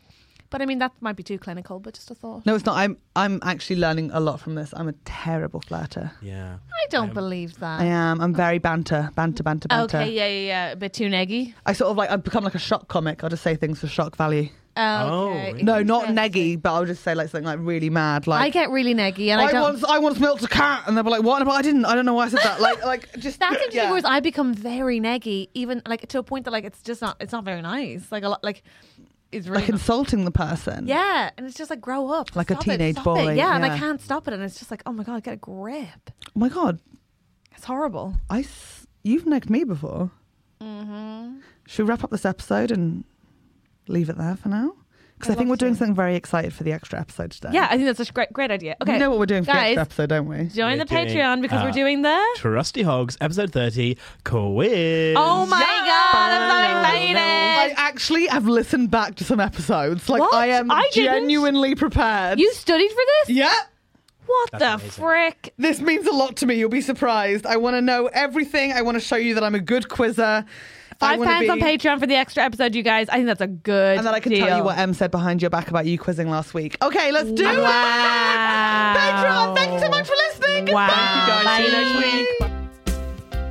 Speaker 1: But I mean, that might be too clinical. But just a thought.
Speaker 2: No, it's not. I'm I'm actually learning a lot from this. I'm a terrible flirter.
Speaker 5: Yeah.
Speaker 1: I don't believe
Speaker 2: I
Speaker 1: that.
Speaker 2: am. I'm very banter, banter, banter, banter.
Speaker 1: Okay, yeah, yeah, yeah. A bit too neggy.
Speaker 2: I sort of like I've become like a shock comic. I'll just say things for shock value.
Speaker 5: Oh,
Speaker 1: Okay.
Speaker 5: really?
Speaker 2: No, not
Speaker 1: Interesting.
Speaker 2: neggy, but I'll just say like something like really mad. Like
Speaker 1: I get really neggy, and I,
Speaker 2: I
Speaker 1: don't.
Speaker 2: once I once milked a cat, and they'll be like, "What?" But I didn't. I don't know why I said that. Like, like just
Speaker 1: That's interesting.
Speaker 2: yeah.
Speaker 1: Whereas I become very neggy, even like to a point that like it's just not. It's not very nice. Like a lot. Like it's really.
Speaker 2: like
Speaker 1: not-
Speaker 2: insulting the person.
Speaker 1: yeah, and it's just like grow up,
Speaker 2: Like a
Speaker 1: Stop it,
Speaker 2: teenage
Speaker 1: stop it.
Speaker 2: boy,
Speaker 1: Yeah, and I
Speaker 2: yeah.
Speaker 1: can't stop it, and it's just like, oh my god, get a grip.
Speaker 2: Oh my god,
Speaker 1: It's horrible.
Speaker 2: I s- you've negged me before.
Speaker 1: Mm-hmm.
Speaker 2: Should we wrap up this episode and leave it there for now? Because
Speaker 1: I'd
Speaker 2: I think
Speaker 1: love
Speaker 2: we're doing
Speaker 1: to.
Speaker 2: something very excited for the extra episode today.
Speaker 1: Yeah, I think that's a great, great idea. Okay,
Speaker 2: We know what we're doing for
Speaker 1: guys.
Speaker 2: the extra episode, don't we?
Speaker 1: Join the
Speaker 5: We're doing,
Speaker 1: Patreon because we're
Speaker 5: uh,
Speaker 1: doing the.
Speaker 5: Trusty Hogs, episode thirty, quiz.
Speaker 1: Oh my god! I'm so
Speaker 2: I
Speaker 1: excited.
Speaker 2: actually have listened back to some episodes. Like
Speaker 1: What?
Speaker 2: I am
Speaker 1: I didn't.
Speaker 2: genuinely prepared.
Speaker 1: You studied for this?
Speaker 2: yeah.
Speaker 1: What
Speaker 5: That's
Speaker 1: the
Speaker 5: amazing.
Speaker 1: frick?
Speaker 2: This means a lot to me. You'll be surprised. I want to know everything. I want to show you that I'm a good quizzer. I
Speaker 1: Five
Speaker 2: wanna
Speaker 1: pounds
Speaker 2: be-
Speaker 1: on Patreon for the extra episode, you guys. I think that's a good.
Speaker 2: And then I can tell you
Speaker 1: deal.
Speaker 2: what Em said behind your back about you quizzing last week. Okay, let's do
Speaker 1: Wow.
Speaker 2: it. Patreon, thank you so much for listening. Goodbye.
Speaker 1: Wow.
Speaker 5: Thank you guys. See you next
Speaker 1: Bye.
Speaker 5: week. Bye.